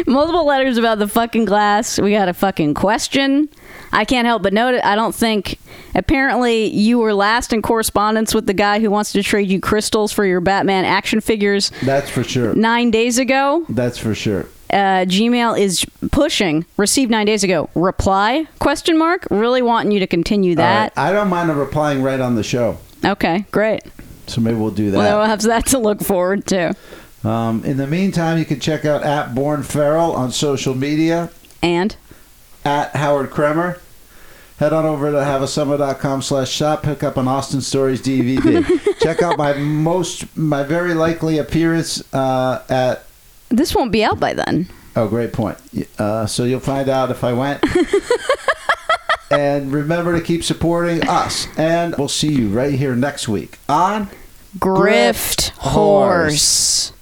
[SPEAKER 2] multiple letters about the fucking glass we got a fucking question i can't help but note it i don't think apparently you were last in correspondence with the guy who wants to trade you crystals for your batman action figures
[SPEAKER 1] That's for sure.
[SPEAKER 2] nine days ago
[SPEAKER 1] That's for sure.
[SPEAKER 2] uh, Gmail is pushing received nine days ago reply question mark really wanting you to continue
[SPEAKER 1] All
[SPEAKER 2] that.
[SPEAKER 1] right. I don't mind replying right on the show.
[SPEAKER 2] Okay, great.
[SPEAKER 1] So maybe we'll do that.
[SPEAKER 2] Well, then we'll uh, have that to look forward to.
[SPEAKER 1] um, in the meantime, you can check out at Born Farrell on social media,
[SPEAKER 2] And
[SPEAKER 1] at Howard Kremer. Head on over to haveasummit.com slash shop. Pick up an Austin Stories DVD. check out my most, my very likely appearance uh, at
[SPEAKER 2] this won't be out by then.
[SPEAKER 1] Oh, great point. Uh, so you'll find out if I went. and remember to keep supporting us. And we'll see you right here next week on Grift
[SPEAKER 2] Grift, horse.